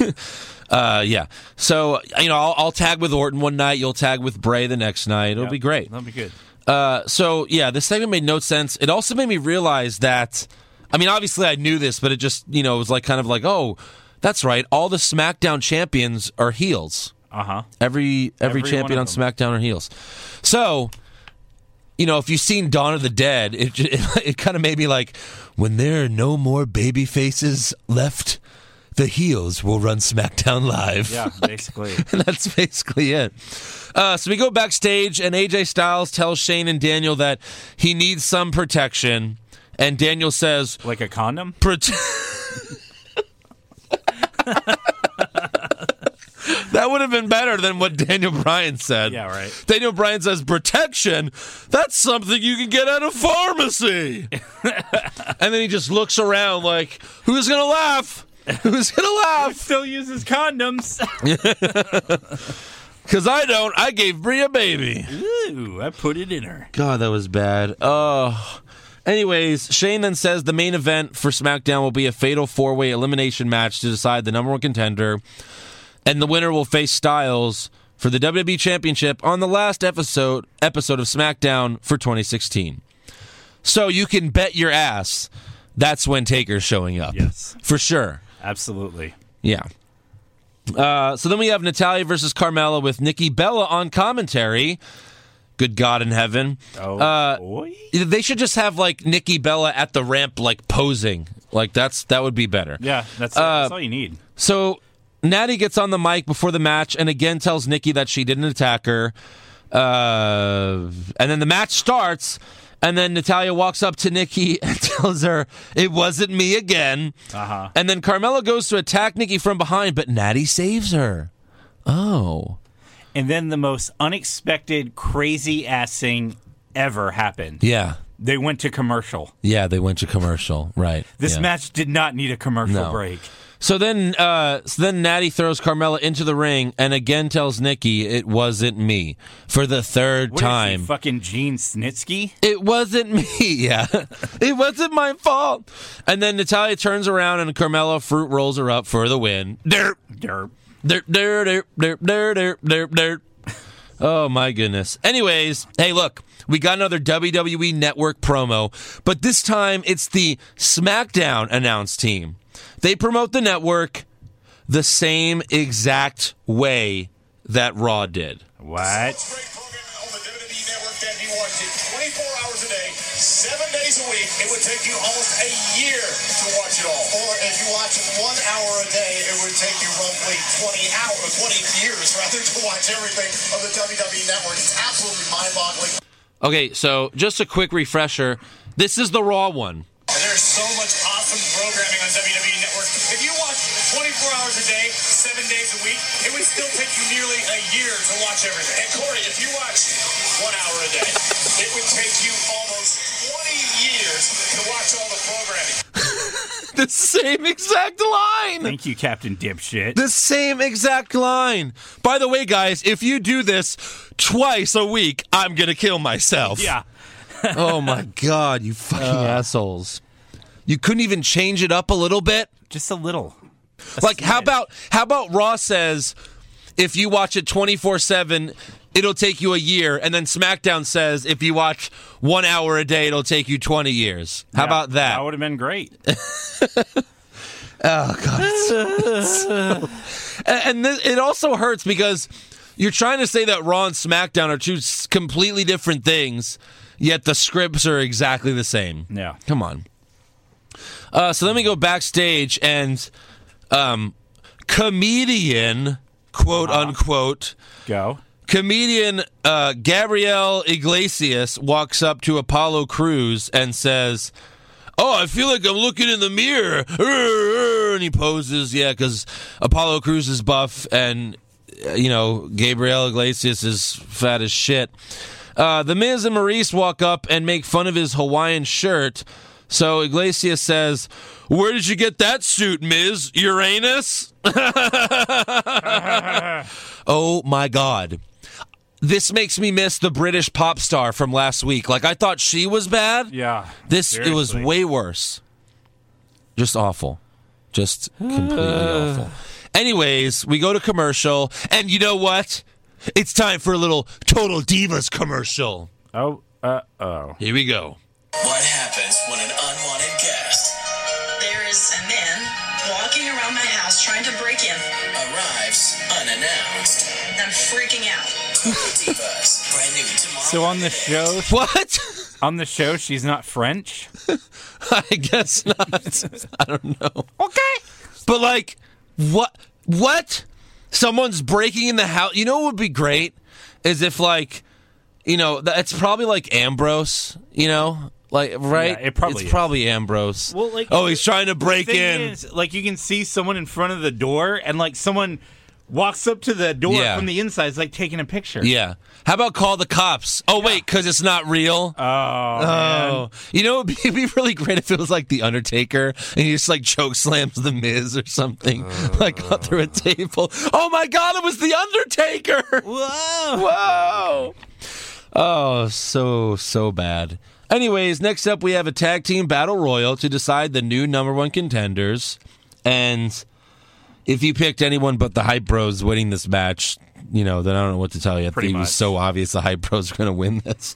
B: Uh, yeah. So, you know, I'll, I'll tag with Orton one night. You'll tag with Bray the next night. It'll be great.
E: That'll be good.
B: Uh, so, yeah, this segment made no sense. It also made me realize that I mean, obviously I knew this, but it just, you know, it was like kind of like, oh, that's right. All the SmackDown champions are heels.
E: Uh huh.
B: Every every,
E: Every one
B: champion
E: of
B: on
E: them.
B: SmackDown are heels. So, you know, if you've seen Dawn of the Dead, it (laughs) ju- it, kind of made me like, when there are no more baby faces left, the heels will run SmackDown live.
E: Yeah, basically.
B: (laughs) And that's basically it. Uh, so we go backstage, and AJ Styles tells Shane and Daniel that he needs some protection. And Daniel says,
E: Like a condom?
B: Prote- (laughs) that would have been better than what Daniel Bryan said.
E: Yeah, right.
B: Daniel Bryan says protection. That's something you can get at a pharmacy. (laughs) and then he just looks around like, who's gonna laugh? Who's gonna laugh?
E: Still uses
B: (laughs)
E: condoms.
B: Because I don't. I gave Brie a baby.
E: Ooh, I put it in her.
B: God, that was bad. Oh. Anyways, Shane then says the main event for SmackDown will be a fatal four way elimination match to decide the number one contender, and the winner will face Styles for the WWE Championship on the last episode episode of SmackDown for 2016. So you can bet your ass that's when Taker's showing up.
E: Yes.
B: For sure.
E: Absolutely.
B: Yeah. Uh, so then we have Natalia versus Carmella with Nikki Bella on commentary. Good God in heaven.
E: Oh,
B: Uh,
E: boy.
B: They should just have like Nikki Bella at the ramp, like posing. Like that's that would be better.
E: Yeah,
B: uh,
E: that's, that's all you need.
B: So Natty gets on the mic before the match and again tells Nikki that she didn't attack her. Uh, and then the match starts, and then Natalia walks up to Nikki (laughs) and tells her it wasn't me again.
E: Uh-huh.
B: And then Carmella goes to attack Nikki from behind, but Natty saves her. Oh.
E: And then the most unexpected, crazy assing ever happened.
B: Yeah.
E: They went to commercial.
B: Yeah, they went to commercial. Right.
E: This
B: Yeah.
E: match did not need a commercial
B: No.
E: break.
B: So then, uh, so then Natty throws Carmella into the ring and again tells Nikki it wasn't me for the third
E: What is he,
B: time.
E: fucking Gene Snitsky?
B: it wasn't me. (laughs) Yeah, it wasn't my fault. And then Natalia turns around and Carmella fruit rolls her up for the win. Derp,
E: Derp.
B: derp, derp, derp, derp, derp, derp, derp, derp. Oh my goodness. Anyways, hey, look, we got another WWE Network promo, but this time it's the SmackDown announce team. They promote the network the same exact way that Raw did. (laughs)
E: What?
F: Most great program on the WWE Network that you watch it 24 hours a day, seven days a week. It would take you almost a year to watch it all. Or if you watch it one hour a day, it would take you roughly 20 hours, 20 years rather, to watch everything on the WWE Network. It's absolutely mind-boggling.
B: Okay, so just a quick refresher. This is the Raw one. (laughs)
F: And There's so much awesome programming on WWE Network. If you watch 24 hours a day, seven days a week, it would still take you nearly a year to watch everything. And Corey, if you watch one hour a day, it would take you almost 20 years to watch all the programming.
B: The same exact line.
E: Thank you, Captain Dipshit.
B: The same exact line. By the way, guys, if you do this twice a week, I'm going to kill myself.
E: Yeah.
B: (laughs) oh my god, you fucking assholes. You couldn't even change it up a little bit?
E: Just a little.
B: like how about how about Raw says if you watch it 24/7 it'll take you a year and then SmackDown says if you watch 1 hour a day it'll take you 20 years. How
E: Yeah,
B: about that?
E: That would have been great.
B: A- and this, it also hurts because you're trying to say that Raw and SmackDown are two s- completely different things, yet the scripts are exactly the same.
E: Yeah.
B: come on. Uh, so then we go backstage, and um, comedian quote unquote
E: Go.
B: comedian uh, Gabrielle Iglesias walks up to Apollo Cruz and says, Oh, I feel like I'm looking in the mirror. (laughs) Err, err, And he poses, yeah, because Apollo Cruz is buff and, uh, you know, Gabriel Iglesias is fat as shit. Uh, the Miz and Maurice walk up and make fun of his Hawaiian shirt. So Iglesias says, Where did you get that suit, Miz? Uranus? Oh my God. This makes me miss the British pop star from last week. Like I thought she was bad.
E: Yeah.
B: This it was
E: Seriously.
B: way worse. Just awful. Just
E: (sighs)
B: completely awful. Anyways, we go to commercial and you know what? It's time for a little Total Divas commercial.
E: Oh, uh oh.
B: Here we go. (laughs)
G: What happens when an unwanted guest trying to break in.
H: Arrives unannounced.
G: I'm freaking out.
H: Total (laughs) Divas. Brand new tomorrow.
E: So on the show,
B: What? (laughs)
E: on the show, she's not French.
B: I guess not. I don't know. Okay. But like, what? What? Someone's breaking in the house. You know what would be great is if like, you know, th- it's probably like Ambrose. You know, like right?
E: Yeah, it probably
B: it's
E: is.
B: probably Ambrose.
E: Well, like-
B: oh, he's trying to break
E: thing
B: in.
E: is, like you can see someone in front of the door, and like someone walks up to the door
B: Yeah.
E: from the inside, it's like taking a picture.
B: yeah. How about call the cops? Oh wait, because it's not real.
E: Oh, man.
B: Oh, you know, it'd be, (laughs) it'd be really great if it was like The Undertaker and he just like choke slams The Miz or something, like up through
E: Uh.
B: a table. Oh my God, it was The Undertaker!
E: whoa.
B: Whoa! Oh, so, so bad. Anyways, next up we have a tag team battle royal to decide the new number one contenders. And if you picked anyone but the Hype Bros winning this match, you know, then I don't know what to tell you. I
E: Pretty
B: think It
E: much.
B: was so obvious the Hype Bros were going to win this.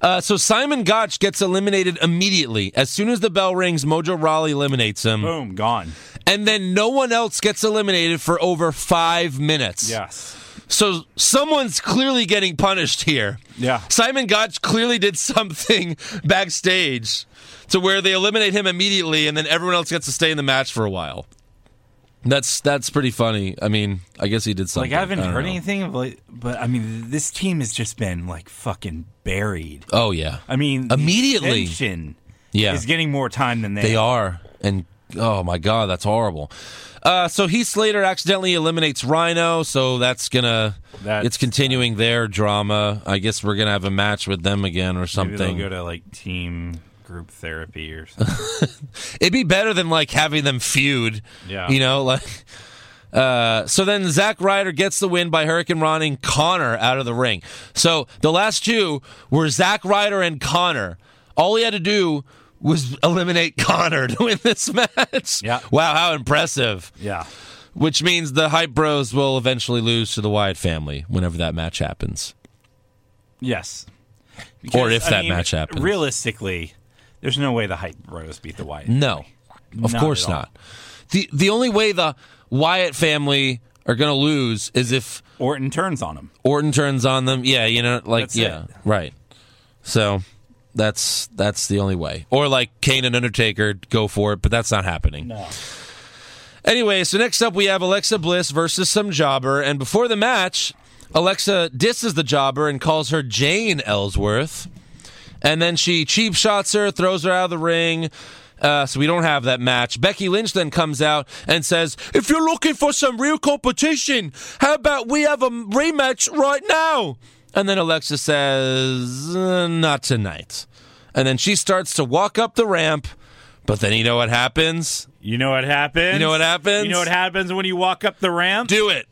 B: Uh, so Simon Gotch gets eliminated immediately. As soon as the bell rings, Mojo Raleigh eliminates him.
E: Boom, gone.
B: And then no one else gets eliminated for over five minutes.
E: Yes.
B: So someone's clearly getting punished here.
E: Yeah.
B: Simon Gotch clearly did something (laughs) backstage to where they eliminate him immediately and then everyone else gets to stay in the match for a while. That's that's pretty funny. I mean, I guess he did something.
E: Like I haven't
B: don't
E: heard
B: know.
E: anything of like, but I mean, this team has just been like fucking buried.
B: Oh yeah.
E: I mean, the
B: Immediately.
E: Ascension
B: Yeah.
E: is getting more time than they.
B: They are. And oh my god, that's horrible. Uh, so Heath Slater accidentally eliminates Rhino, so that's gonna
E: That's-
B: it's continuing their drama. I guess we're gonna have a match with them again or
E: Maybe they'll
B: something.
E: go to like team group therapy or something.
B: It'd be better than like having them feud.
E: Yeah.
B: You know, like uh, so then Zack Ryder gets the win by Hurricane Ronning Connor out of the ring. So the last two were Zack Ryder and Connor. All he had to do was eliminate (laughs) Connor to win this match.
E: Yeah.
B: Wow, how impressive.
E: (laughs) yeah.
B: Which means the Hype Bros will eventually lose to the Wyatt family whenever that match happens.
E: Yes.
B: Or if that match happens.
E: Realistically, there's no way the hype bros beat the Wyatt.
B: No, Mm, of
E: Not
B: course
E: at all.
B: not. The the only way the Wyatt family are going to lose is if
E: Orton turns on him.
B: Orton turns on them. Yeah, you know, like
E: That's
B: yeah,
E: it.
B: right. So that's that's the only way. Or like Kane and Undertaker go for it, but that's not happening.
E: No.
B: Anyway, so next up we have Alexa Bliss versus some jobber, and before the match, Alexa disses the jobber and calls her Jane Ellsworth, and then she cheap shots her, throws her out of the ring. Uh, so we don't have that match. Becky Lynch then comes out and says, "If you're looking for some real competition, how about we have a rematch right now?" And then Alexa says, "Uh, "Not tonight." And then she starts to walk up the ramp, but then you know what happens?
E: You know what happens?
B: You know what happens?
E: You know what happens when you walk up the ramp?
B: Do it.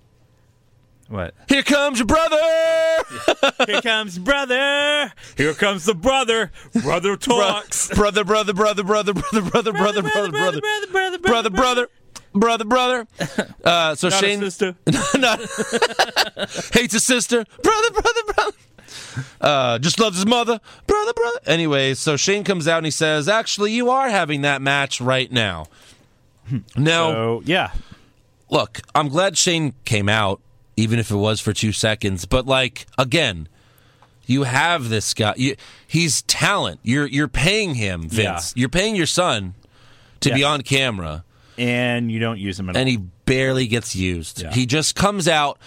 E: what?
B: Here comes your brother.
E: Here comes brother. Here comes the brother. Brother talks.
B: Brother, brother, brother, brother, brother, brher, brother, brother, brother, brother,
E: brother,
B: brother, brother, brother, brother. Uh, so
E: Not a
B: Shane
E: sister.
B: (laughs) not- hates his sister. Brother, brother, brother. Uh, just loves his mother. Brother, brother. Anyway, so Shane comes out and he says, "Actually, you are having that match right now." Now,
E: So Oh, yeah,
B: look, I'm glad Shane came out, even if it was for two seconds. But like again, you have this guy. You, he's talent. You're you're paying him, Vince. You're paying your son to be
E: Yes.
B: on camera,
E: and you don't use them at all.
B: and he barely gets used.
E: Yeah.
B: He just comes out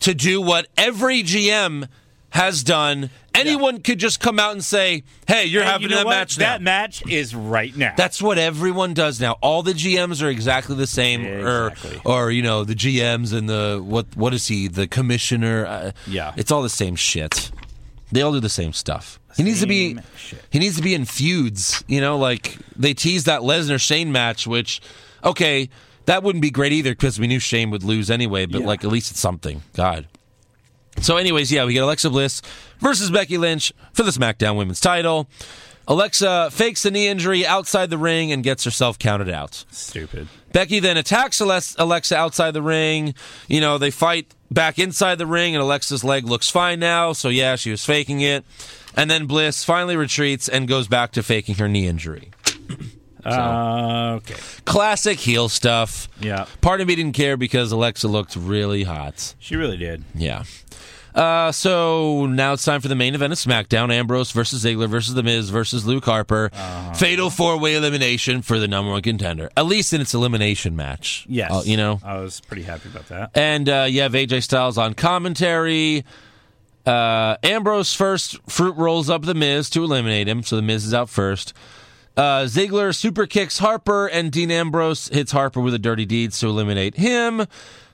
B: to do what every GM has done. Anyone could just come out and say, "Hey, you're
E: And
B: having
E: you know
B: that
E: what?
B: match now."
E: That match is right now.
B: That's what everyone does now. All the GMs are exactly the same,
E: Exactly.
B: or or you know the GMs and the what what is he the commissioner? Uh,
E: Yeah.
B: it's all the same shit. They all do the same stuff. He needs to be
E: Same shit.
B: he needs to be in feuds. You know, like they teased that Lesnar Shane match, which okay that wouldn't be great either because we knew Shane would lose anyway. But
E: Yeah.
B: like at least it's something. God. So, anyways, yeah, we get Alexa Bliss versus Becky Lynch for the SmackDown Women's title. Alexa fakes a knee injury outside the ring and gets herself counted out.
E: stupid.
B: Becky then attacks Ales- Alexa outside the ring. You know, they fight back inside the ring, and Alexa's leg looks fine now. So, yeah, she was faking it. And then Bliss finally retreats and goes back to faking her knee injury.
E: Uh, okay.
B: Classic heel stuff.
E: Yeah.
B: Part of me didn't care because Alexa looked really hot.
E: She really did.
B: Yeah. Uh, so now it's time for the main event of SmackDown: Ambrose versus Ziggler versus The Miz versus Luke Harper.
E: Uh-huh.
B: Fatal four-way elimination for the number one contender, at least in its elimination match.
E: Yes.
B: Uh, you know.
E: I was pretty happy about that.
B: And uh, you have AJ Styles on commentary. Uh, Ambrose first fruit rolls up the Miz to eliminate him, so the Miz is out first. Uh, Ziggler super kicks Harper, and Dean Ambrose hits Harper with a dirty deeds to eliminate him.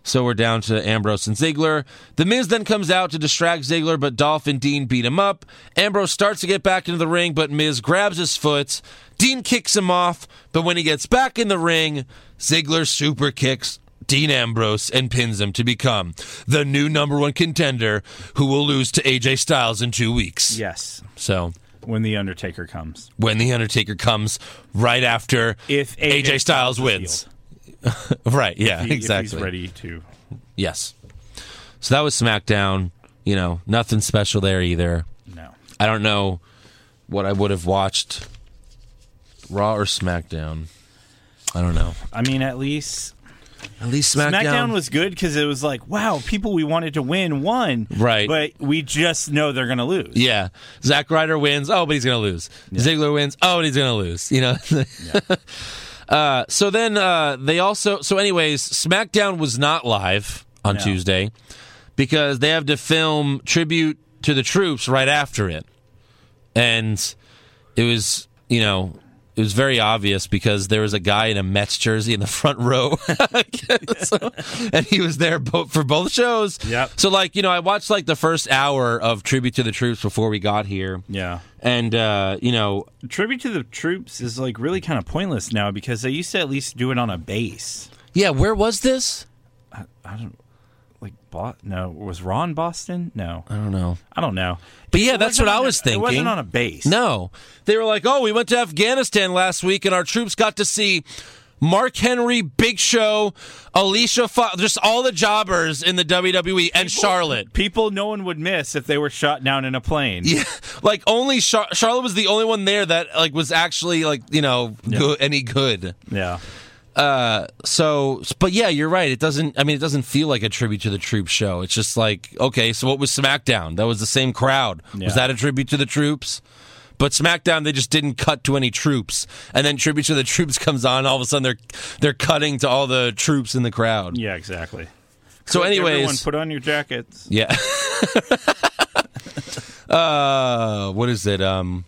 B: So we're down to Ambrose and Ziggler. The Miz then comes out to distract Ziggler, but Dolph and Dean beat him up. Ambrose starts to get back into the ring, but Miz grabs his foot. Dean kicks him off, but when he gets back in the ring, Ziggler super kicks Dean Ambrose and pins him to become the new number one contender who will lose to AJ Styles in two weeks.
E: Yes.
B: So
E: When the Undertaker
B: (laughs)
E: comes.
B: when the Undertaker comes right after
E: If
B: AJ,
E: AJ
B: Styles,
E: Styles
B: wins. (laughs) right, yeah,
E: He- if
B: exactly.
E: he's ready to.
B: Yes. So that was SmackDown, you know, nothing special there either.
E: No.
B: I don't know what I would have watched Raw or SmackDown. I don't know.
E: I mean, at least
B: At least
E: SmackDown,
B: SmackDown,
E: was good because it was like, wow, people we wanted to win won.
B: Right.
E: But we just know they're going to lose.
B: Yeah. Zack Ryder wins. Oh, but he's going to lose. Ziggler wins. Oh, but he's going to lose. You know? (laughs) uh, so then uh, they also. So, anyways, SmackDown was not live on
E: No.
B: Tuesday because they have to film tribute to the troops right after it. And it was, you know. It was very obvious because there was a guy in a Mets jersey in the front row, (laughs)
E: (laughs)
B: So- and he was there bo- for both shows.
E: Yep.
B: So, like, you know, I watched like the first hour of Tribute to the Troops before we got here.
E: Yeah.
B: And, uh, you know,
E: Tribute to the troops is like really kind of pointless now because they used to at least do it on a base.
B: yeah, where was this?
E: Like, Bo- no, was Ron Boston? No.
B: I don't know.
E: I don't know.
B: But yeah, Uh, that's
E: It wasn't
B: what I
E: on a-
B: was thinking.
E: It wasn't on a base.
B: No. They were like, oh, we went to Afghanistan last week and our troops got to see Mark Henry, Big Show, Alicia Fox, just all the jobbers in the WWE and Charlotte. (laughs)
E: People no one would miss if they were shot down in a plane.
B: Yeah, like only Char- Charlotte was the only one there that like was actually like you know good, any good.
E: Yeah.
B: So, but yeah, you're right. It doesn't. I mean, it doesn't feel like a tribute to the troops show. It's just like, okay, so what was SmackDown? That was the same crowd.
E: Yeah.
B: Was that a tribute to the troops? But SmackDown, they just didn't cut to any troops, and then tribute to the troops (laughs) comes on. All of a sudden, they're they're cutting to all the troops in the crowd.
E: Yeah, exactly.
B: So,
E: Everyone
B: anyways,
E: put on your jackets.
B: yeah. (laughs) uh, what is it? Um,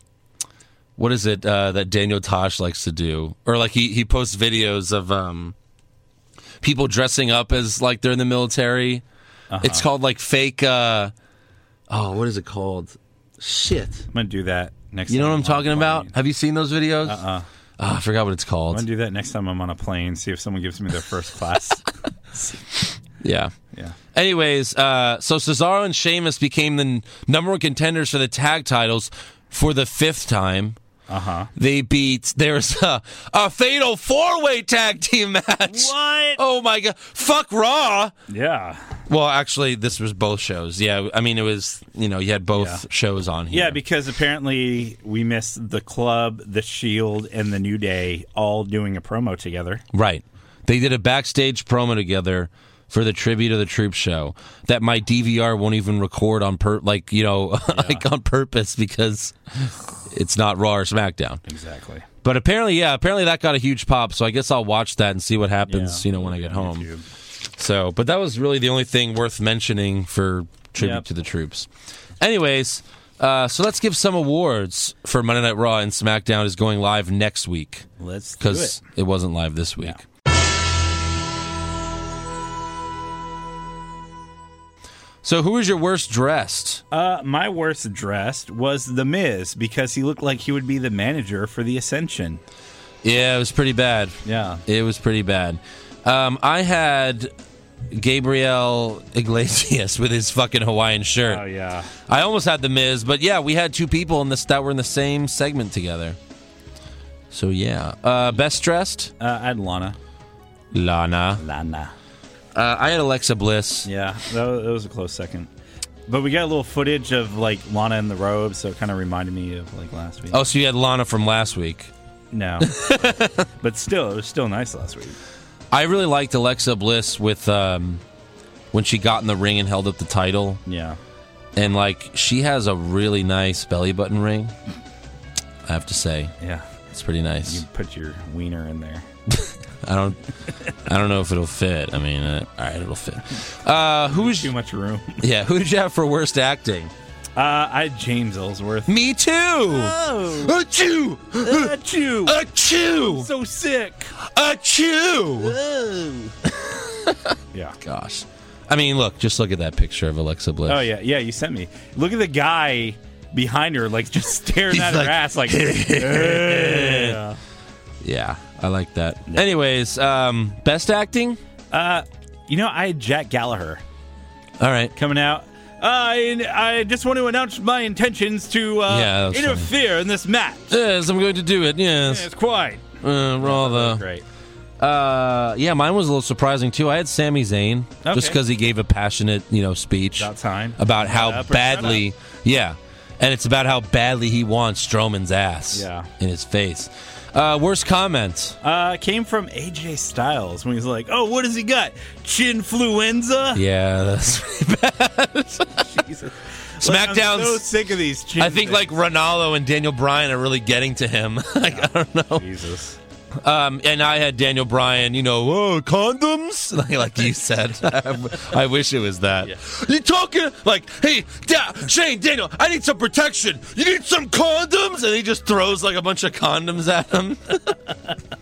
B: what is it uh, that Daniel Tosh likes to do? Or like he he posts videos of um people dressing up as like they're in the military. It's called like fake. uh Oh, what is it called? Shit.
E: I'm going to do that next
B: You know
E: time
B: what
E: I'm
B: I'm
E: on a
B: talking about?
E: plane.
B: Have you seen those videos? Uh uh I forgot what it's
E: I'm
B: called.
E: going to do that next time I'm on a plane, see if someone gives me their first
B: (laughs)
E: class.
B: Yeah.
E: yeah.
B: Anyways, uh, so Cesaro and Sheamus became the n- number one contenders for the tag titles for the fifth time.
E: Uh-huh.
B: Uh huh. They beat. There's a, a fatal four way tag team (laughs) match.
E: What?
B: Oh my god! Fuck Raw.
E: Yeah.
B: Well, actually, this was both shows. Yeah, I mean, it was you know you had both
E: Yeah.
B: shows on here.
E: Yeah, because apparently we missed the club, the shield, and the new day all doing a promo together.
B: Right. They did a backstage promo together for the tribute to the troop show that my DVR won't even record on per like you know (laughs) like on purpose because it's not Raw or SmackDown.
E: Exactly.
B: But apparently, yeah, apparently that got a huge pop. So I guess I'll watch that and see what happens, you know, when I get home. So, but that was really the only thing worth mentioning for tribute
E: Yep.
B: to the troops. Anyways, uh, so let's give some awards for Monday Night Raw and SmackDown is going live next week
E: Let's do
B: because
E: it.
B: it. wasn't live this week. So, who is your worst dressed?
E: Uh, my worst dressed was The Miz because he looked like he would be the manager for The Ascension.
B: Yeah, it was pretty bad.
E: Yeah.
B: It was pretty bad. Um, I had Gabriel Iglesias (laughs) with his fucking Hawaiian shirt.
E: Oh, yeah.
B: I almost had the Miz, but yeah, we had two people in this that were in the same segment together. So yeah, uh, best dressed
E: Uh, I had Lana.
B: Lana.
E: Lana.
B: Uh, I had Alexa Bliss.
E: Yeah, that was, that was a close second. But we got a little footage of like Lana in the robe, so it kind of reminded me of like last week.
B: Oh, so you had Lana from last week. (laughs)
E: No, but still, it was still nice last week.
B: I really liked Alexa Bliss with um, when she got in the ring and held up the title,
E: Yeah,
B: and like she has a really nice belly button ring. I have to say,
E: yeah.
B: it's pretty nice.
E: You put your wiener in there.
B: I don't, I don't know if it'll fit. I mean, uh, all right, it'll fit. Uh, who was
E: Too much room.
B: yeah? Who did you have for worst acting?
E: Uh, I had James Ellsworth.
B: Me too.
E: Oh,
B: Achoo!
E: you
B: Achoo!
E: so sick.
B: Achoo! (laughs)
E: Yeah.
B: Gosh, I mean, look, just look at that picture of Alexa Bliss.
E: Oh yeah, yeah. You sent me. Look at the guy behind her, like just (laughs) staring
B: He's
E: at
B: like-
E: her ass, like. "Yeah."
B: Yeah, I like that. Anyways, um, best acting.
E: You know, I had Jack Gallagher
B: All right.
E: coming out. I I just want to announce my intentions to uh,
B: Yeah, that was
E: interfere in this match.
B: Yes, I'm going to do it. Yes.
E: It's quite
B: Uh, raw though.
E: great.
B: Uh, yeah, mine was a little surprising too. I had Sami Zayn just
E: Okay.
B: because he gave a passionate, you know, speech
E: About time.
B: about
E: Shut
B: how
E: up or shut
B: badly, yeah, and it's about how badly he wants Strowman's ass,
E: Yeah.
B: in his face. Uh, worst comment.
E: Uh, came from AJ Styles when he's like, "Oh, what does he got?
B: (laughs)
E: Chinfluenza."
B: Yeah, that's pretty bad.
E: Jesus. I'm
B: SmackDown's-
E: so sick of these. Chin
B: I think like Ronaldo and Daniel Bryan are really getting to him. like, I don't know.
E: Jesus.
B: Um, and I had Daniel Bryan, you know, oh, condoms, (laughs) like, like you said. (laughs) I wish it was that. You talking like, hey, da- Shane, Daniel, I need some protection. You need some condoms, and he just throws like a bunch of condoms at him. (laughs)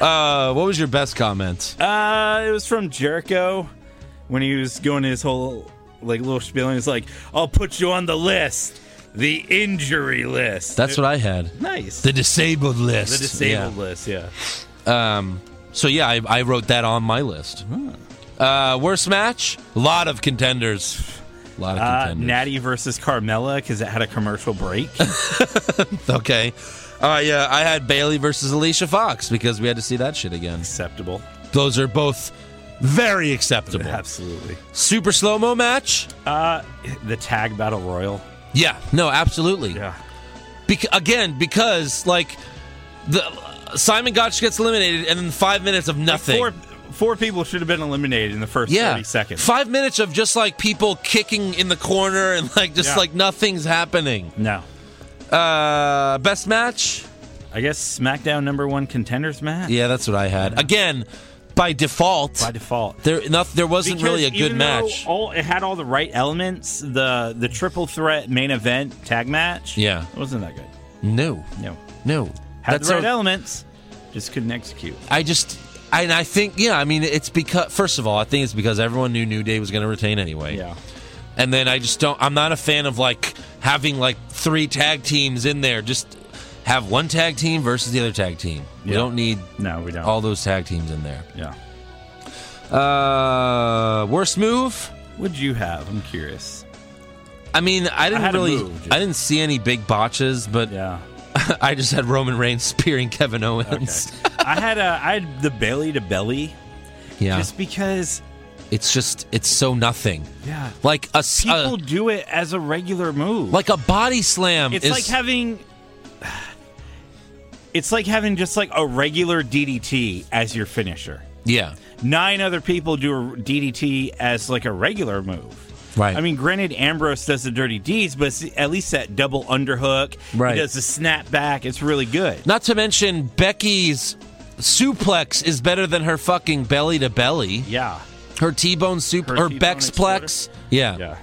B: uh, what was your best comment?
E: Uh, it was from Jericho when he was going his whole like little spiel, and he's like, "I'll put you on the list, the injury list."
B: That's what I had.
E: nice.
B: The disabled list.
E: The disabled list, yeah.
B: Yeah. Um, so yeah, I, I wrote that on my list.
E: Hmm.
B: Uh, worst match? A lot of contenders. A lot of
E: Uh,
B: contenders.
E: Natty versus Carmella because it had a commercial break.
B: Okay. Uh, yeah, I had Bailey versus Alicia Fox because we had to see that shit again.
E: Acceptable,
B: Those are both very acceptable.
E: absolutely.
B: Super slow mo match?
E: Uh, the tag battle royal.
B: Yeah, no, absolutely.
E: Yeah,
B: Bec- again, because like the Simon Gotch gets eliminated, and then five minutes of nothing.
E: four four people should have been eliminated in the first
B: yeah,
E: thirty seconds.
B: Five minutes of just like people kicking in the corner and like just
E: Yeah.
B: like nothing's happening.
E: no,
B: Uh, best match?
E: I guess SmackDown number one contenders match
B: Yeah, that's what I had. Again, by default,
E: by default.
B: there enough. There wasn't
E: Because
B: really a good
E: even though
B: match.
E: All it had all the right elements. The the triple threat main event tag match.
B: Yeah.
E: it wasn't that good.
B: No,
E: No,
B: no.
E: had the right
B: our-
E: elements, just couldn't execute.
B: I just, I, and I think, yeah, I mean, it's because, first of all, I think it's because everyone knew New Day was going to retain anyway.
E: Yeah,
B: And then I just don't, I'm not a fan of like having like three tag teams in there. Just have one tag team versus the other tag team. We
E: Yeah.
B: don't need
E: no, we don't.
B: all those tag teams in there.
E: yeah.
B: Uh, worst move?
E: What'd you have? I'm curious.
B: I mean, I didn't
E: had a
B: really,
E: move, just-
B: I didn't see any big botches, but
E: Yeah.
B: (laughs) I just had Roman Reigns spearing Kevin Owens.
E: I had a I had the belly to belly
B: (laughs) Yeah.
E: just because
B: it's just, it's so nothing.
E: yeah
B: Like a, s- a-
E: people do it as a regular move.
B: like a body slam
E: it's
B: is
E: like having it's like having just like a regular DDT as your finisher.
B: yeah
E: Nine other people do a DDT as like a regular move.
B: Right.
E: I mean, granted, Ambrose does the dirty deeds, but it's at least that double underhook.
B: Right.
E: He does the snap back. It's really good.
B: not to mention becky's suplex is better than her fucking belly to belly
E: Yeah.
B: her t-bone soup
E: Her
B: her,
E: T-bone
B: bexplex
E: exploder?
B: yeah,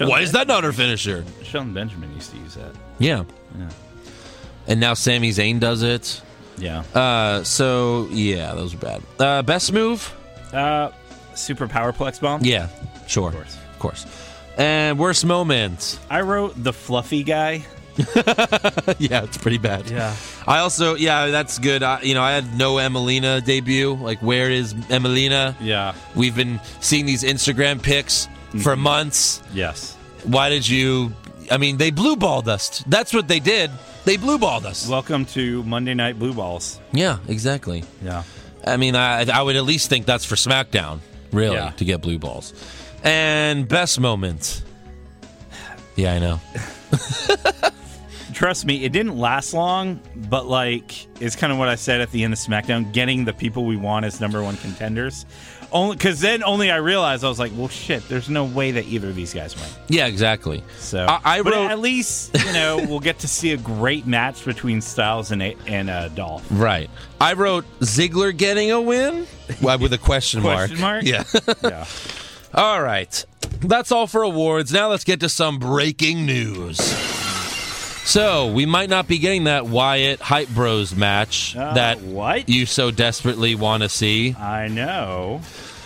E: Yeah.
B: why is that not her finisher
E: Sheldon Benjamin used to use that.
B: yeah, and now Sami Zayn does it
E: Yeah.
B: uh so yeah those are bad uh best move
E: Uh, super powerplex bomb.
B: yeah sure of
E: course.
B: of course and worst moment (laughs)
E: I wrote the fluffy guy.
B: yeah it's pretty bad
E: Yeah.
B: I also, yeah, that's good. I, you know, I had no Emelina debut. Like, where is Emelina?
E: Yeah.
B: We've been seeing these Instagram pics for
E: Mm-hmm.
B: months.
E: Yes.
B: Why did you? I mean, they blue balled us. That's what they did. They blue balled us.
E: Welcome to Monday Night Blue Balls.
B: yeah, exactly.
E: Yeah.
B: I mean, I, I would at least think that's for SmackDown, really,
E: Yeah.
B: to get blue balls. And best moment. Yeah, I know.
E: trust me, it didn't last long, but like it's kind of what I said at the end of SmackDown, getting the people we want as number one contenders. Only because then only I realized I was like, well, shit, there's no way that either of these guys win.
B: Yeah, exactly.
E: So
B: I, I
E: but
B: wrote
E: at least you know (laughs) we'll get to see a great match between Styles and and uh, Dolph.
B: right. I wrote Ziggler getting a win Why, with a question mark.
E: (laughs) Question mark?
B: Yeah.
E: Yeah.
B: (laughs) all right. That's all for awards. Now let's get to some breaking news. So we might not be getting that Wyatt Hype Bros match
E: Uh,
B: that
E: what?
B: you so desperately want to see.
E: I know.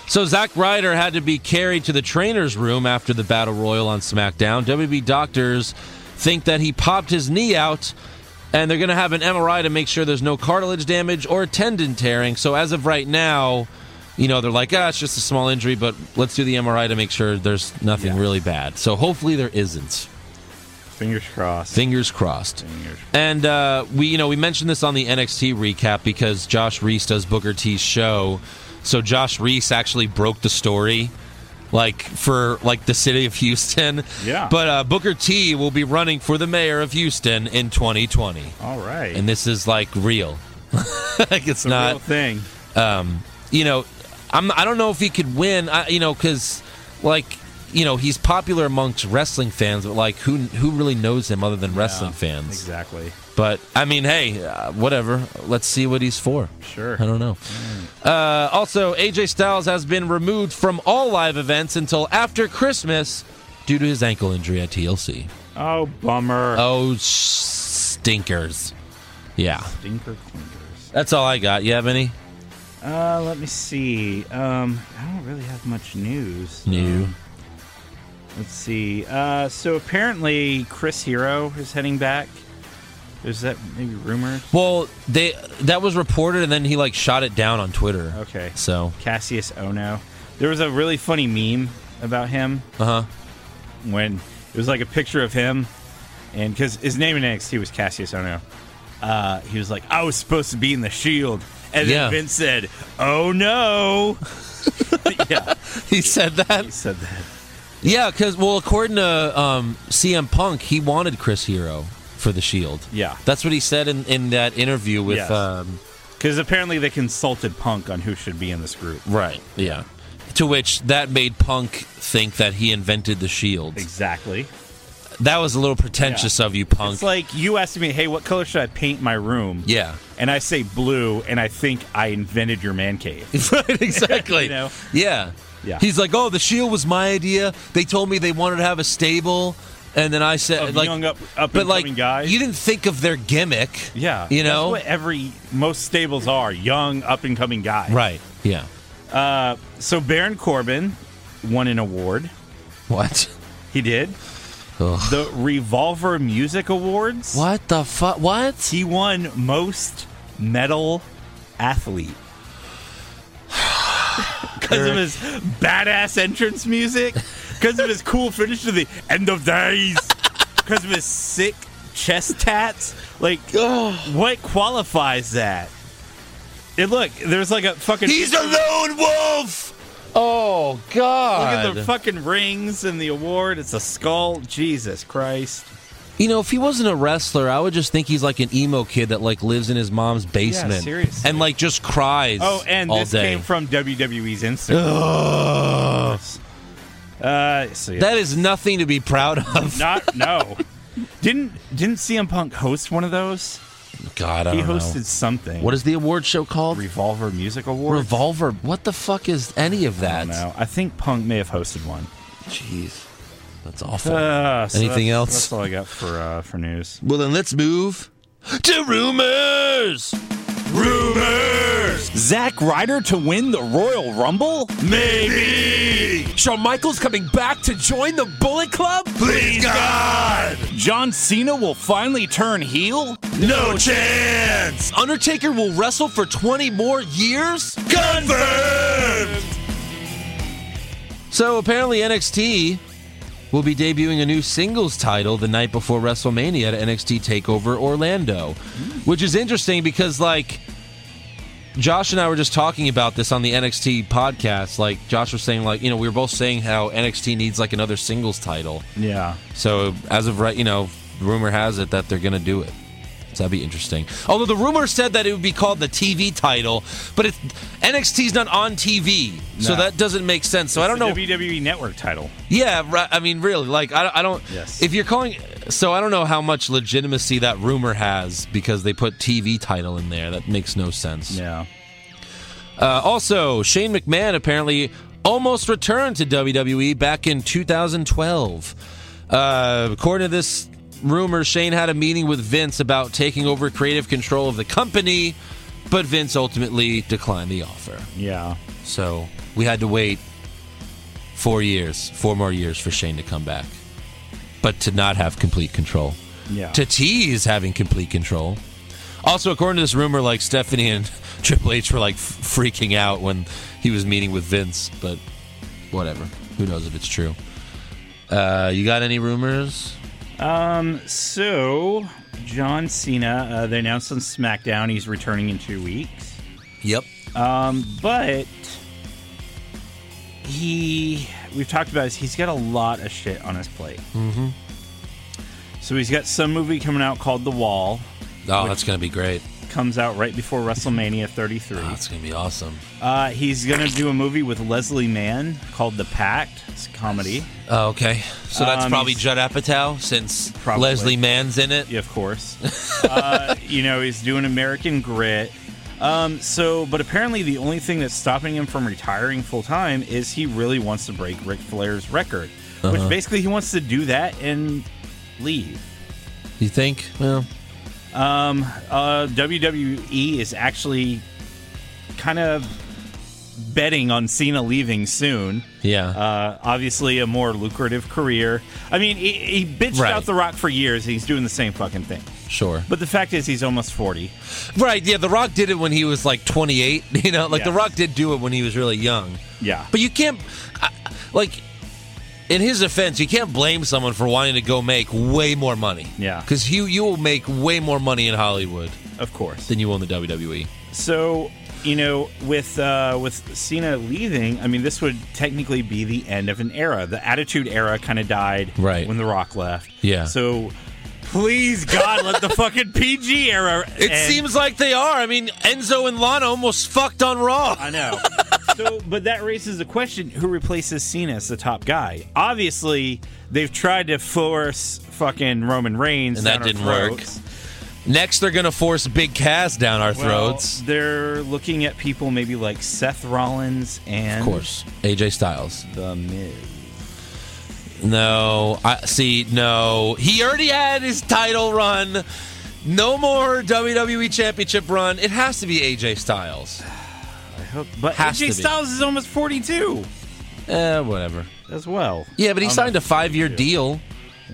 B: So Zack Ryder had to be carried to the trainer's room after the Battle Royal on SmackDown. WB doctors think that he popped his knee out, and they're going to have an MRI to make sure there's no cartilage damage or tendon tearing. So as of right now, you know they're like, ah, it's just a small injury, but let's do the MRI to make sure there's nothing really bad. So hopefully there isn't.
E: Fingers crossed.
B: Fingers crossed. And uh, we, you know, we mentioned this on the NXT recap because Josh Reese does Booker T's show. So Josh Reese actually broke the story, like for like the city of Houston.
E: Yeah.
B: But uh, Booker T will be running for the mayor of Houston in 2020,
E: All right.
B: and this is like real. (laughs) like it's
E: the
B: not
E: real thing.
B: you know, I'm I don't know if he could win. I, you know, because like you know he's popular amongst wrestling fans, but like who who really knows him other than wrestling fans?
E: Exactly.
B: But I mean, hey, uh, whatever. Let's see what he's for.
E: Sure.
B: I don't know. Uh, also, AJ Styles has been removed from all live events until after Christmas due to his ankle injury at TLC.
E: Oh, bummer.
B: Oh, s- stinkers. Yeah,
E: Stinker clinkers.
B: that's all I got. You have any?
E: Uh, let me see. Um, I don't really have much news. Uh,
B: New.
E: Let's see. Uh, so apparently Chris Hero is heading back. There's that maybe rumor.
B: Well, they that was reported, and then he like shot it down on Twitter.
E: Okay.
B: So, (laughs)
E: Cassius Ono. There was a really funny meme about him
B: uh huh.
E: when it was like a picture of him, and because his name in NXT was Cassius Ono. Uh, he was like, I was supposed to be in the Shield, and
B: Yeah.
E: then Vince said, "Oh no." (laughs) yeah,
B: He said that.
E: he said that.
B: Yeah, because well, according to um, CM Punk, he wanted Chris Hero for the Shield.
E: Yeah.
B: that's what he said in, in that interview with.
E: Yes.
B: Um,
E: Because apparently they consulted Punk on who should be in this group.
B: right. Yeah. To which that made Punk think that he invented the Shield.
E: Exactly.
B: That was a little pretentious
E: Yeah.
B: of you, Punk.
E: It's like you asked me, "Hey, what color should I paint my room?"
B: yeah. (laughs)
E: and I say blue, and I think I invented your man cave. (laughs)
B: right, exactly.
E: You know?
B: Yeah.
E: Yeah.
B: He's like, oh, the Shield was my idea. They told me they wanted to have a stable, and then I said,
E: Of
B: like,
E: young up- up
B: but
E: and
B: like,
E: coming guys.
B: you didn't think of their gimmick.
E: Yeah,
B: You know.
E: that's what every most stables are young, up and coming guy.
B: right. Yeah.
E: So Baron Corbin won an award.
B: What?
E: He did
B: Ugh.
E: the Revolver Music Awards.
B: What the fuck? What?
E: He won most metal athlete (sighs) because of his badass entrance music, because of his cool finish to the end of days, because of his sick chest tats. Like, what qualifies that? And look, there's like a fucking.
B: He's a lone wolf. Oh
E: Look
B: God!
E: at the fucking rings and the award. It's a skull. Jesus Christ.
B: you know, if he wasn't a wrestler, I would just think he's like an emo kid that like lives in his mom's basement
E: seriously.
B: and like just cries.
E: Oh, and
B: all
E: this
B: day.
E: came from WWE's Instagram. Uh, so yeah.
B: That is nothing to be proud of.
E: Not no. didn't didn't CM Punk host one of those?
B: God, I
E: He
B: don't know.
E: hosted something.
B: What is the award show called?
E: Revolver Music Award?
B: Revolver. What the fuck is any of
E: I
B: that?
E: don't know. I think Punk may have hosted one.
B: Jeez, that's awful.
E: Uh, so
B: Anything
E: that's-
B: else?
E: That's all I got for uh, for news.
B: well, then let's move to rumors. Rumors.
I: Zack Ryder to win the Royal Rumble?
B: Maybe.
I: Shawn Michaels coming back to join the Bullet Club?
B: Please God.
I: John Cena will finally turn heel?
B: No chance. Undertaker will wrestle for 20 more years. Confirmed. So apparently NXT will be debuting a new singles title the night before WrestleMania at NXT Takeover Orlando,
I: Hmm.
B: which is interesting because like Josh and I were just talking about this on the NXT podcast. Like Josh was saying, like you know, we were both saying how NXT needs like another singles title.
E: Yeah.
B: So as of right, you know, rumor has it that they're going to do it. So that'd be interesting. Although the rumor said that it would be called the TV title, but it's, NXT's not on TV, so that doesn't make sense. So I don't know.
E: WWE E Network title.
B: Yeah, ri- I mean, really, like I, I don't.
E: Yes.
B: If you're calling, so I don't know how much legitimacy that rumor has because they put TV title in there. That makes no sense.
E: Yeah.
B: Uh, also, Shane McMahon apparently almost returned to WWE back in 2012. Uh, according to this rumor, Shane had a meeting with Vince about taking over creative control of the company, but Vince ultimately declined the offer.
E: Yeah.
B: So we had to wait four years, four more years for Shane to come back, but to not have complete control.
E: Yeah.
B: To tease having complete control. Also, according to this rumor, like Stephanie and (laughs) Triple H were like f- freaking out when he was meeting with Vince, but whatever. Who knows if it's true? Uh, you got any rumors?
E: So, John Cena, uh, they announced on SmackDown he's returning in two weeks,
B: Yep.
E: but he, we've talked about this, he's got a lot of shit on his plate. Mm-hmm. So, he's got some movie coming out called The Wall,
B: Oh, that's gonna be great.
E: comes out right before WrestleMania 33.
B: Oh, that's gonna be awesome.
E: Uh, he's going to do a movie with Leslie Mann called The Pact. It's a comedy,
B: Oh, okay, so that's
E: Um,
B: probably Judd Apatow since
E: Probably.
B: Leslie Mann's in it.
E: yeah, of course. (laughs) uh, you know, he's doing American Grit. Um, so, but apparently, the only thing that's stopping him from retiring full time is he really wants to break Ric Flair's record, which basically he wants to do that and leave.
B: You think? Well,
E: Uh, WWE is actually kind of betting on Cena leaving soon.
B: yeah.
E: Uh, obviously, a more lucrative career. I mean, he, he bitched
B: Right.
E: out The Rock for years. He's doing the same fucking thing.
B: Sure.
E: But the fact is, he's almost 40.
B: Right, yeah, The Rock did it when he was like 28, (laughs) you know? Like The
E: Yes.
B: Rock did do it when he was really young.
E: Yeah.
B: But you can't I- like in his defense, you can't blame someone for wanting to go make way more money.
E: Yeah.
B: Cuz you you will make way more money in Hollywood
E: Of course.
B: than you will in the E. WWE.
E: So, you know, with uh, with Cena leaving, I mean, this would technically be the end of an era. The Attitude Era kind of died
B: Right.
E: when The Rock left.
B: Yeah.
E: So, please, God, let the fucking PG era
B: It
E: end.
B: seems like they are. I mean, Enzo and Lana almost fucked on Raw.
E: I know. so, but that raises the question: Who replaces Cena as the top guy? Obviously, they've tried to force fucking Roman Reigns,
B: And that
E: down our
B: didn't work.
E: throats.
B: Next they're going to force Big Cass down our
E: Well,
B: throats.
E: They're looking at people maybe like Seth Rollins and
B: Of course. AJ Styles.
E: the Miz.
B: No, I see. No, he already had his title run. No more WWE Championship run. It has to be AJ Styles.
E: I hope, but
B: Has to
E: AJ
B: be.
E: Styles is almost forty-two
B: Eh, whatever.
E: as well.
B: Yeah, but he
E: I'm
B: signed
E: not-
B: a five-year deal.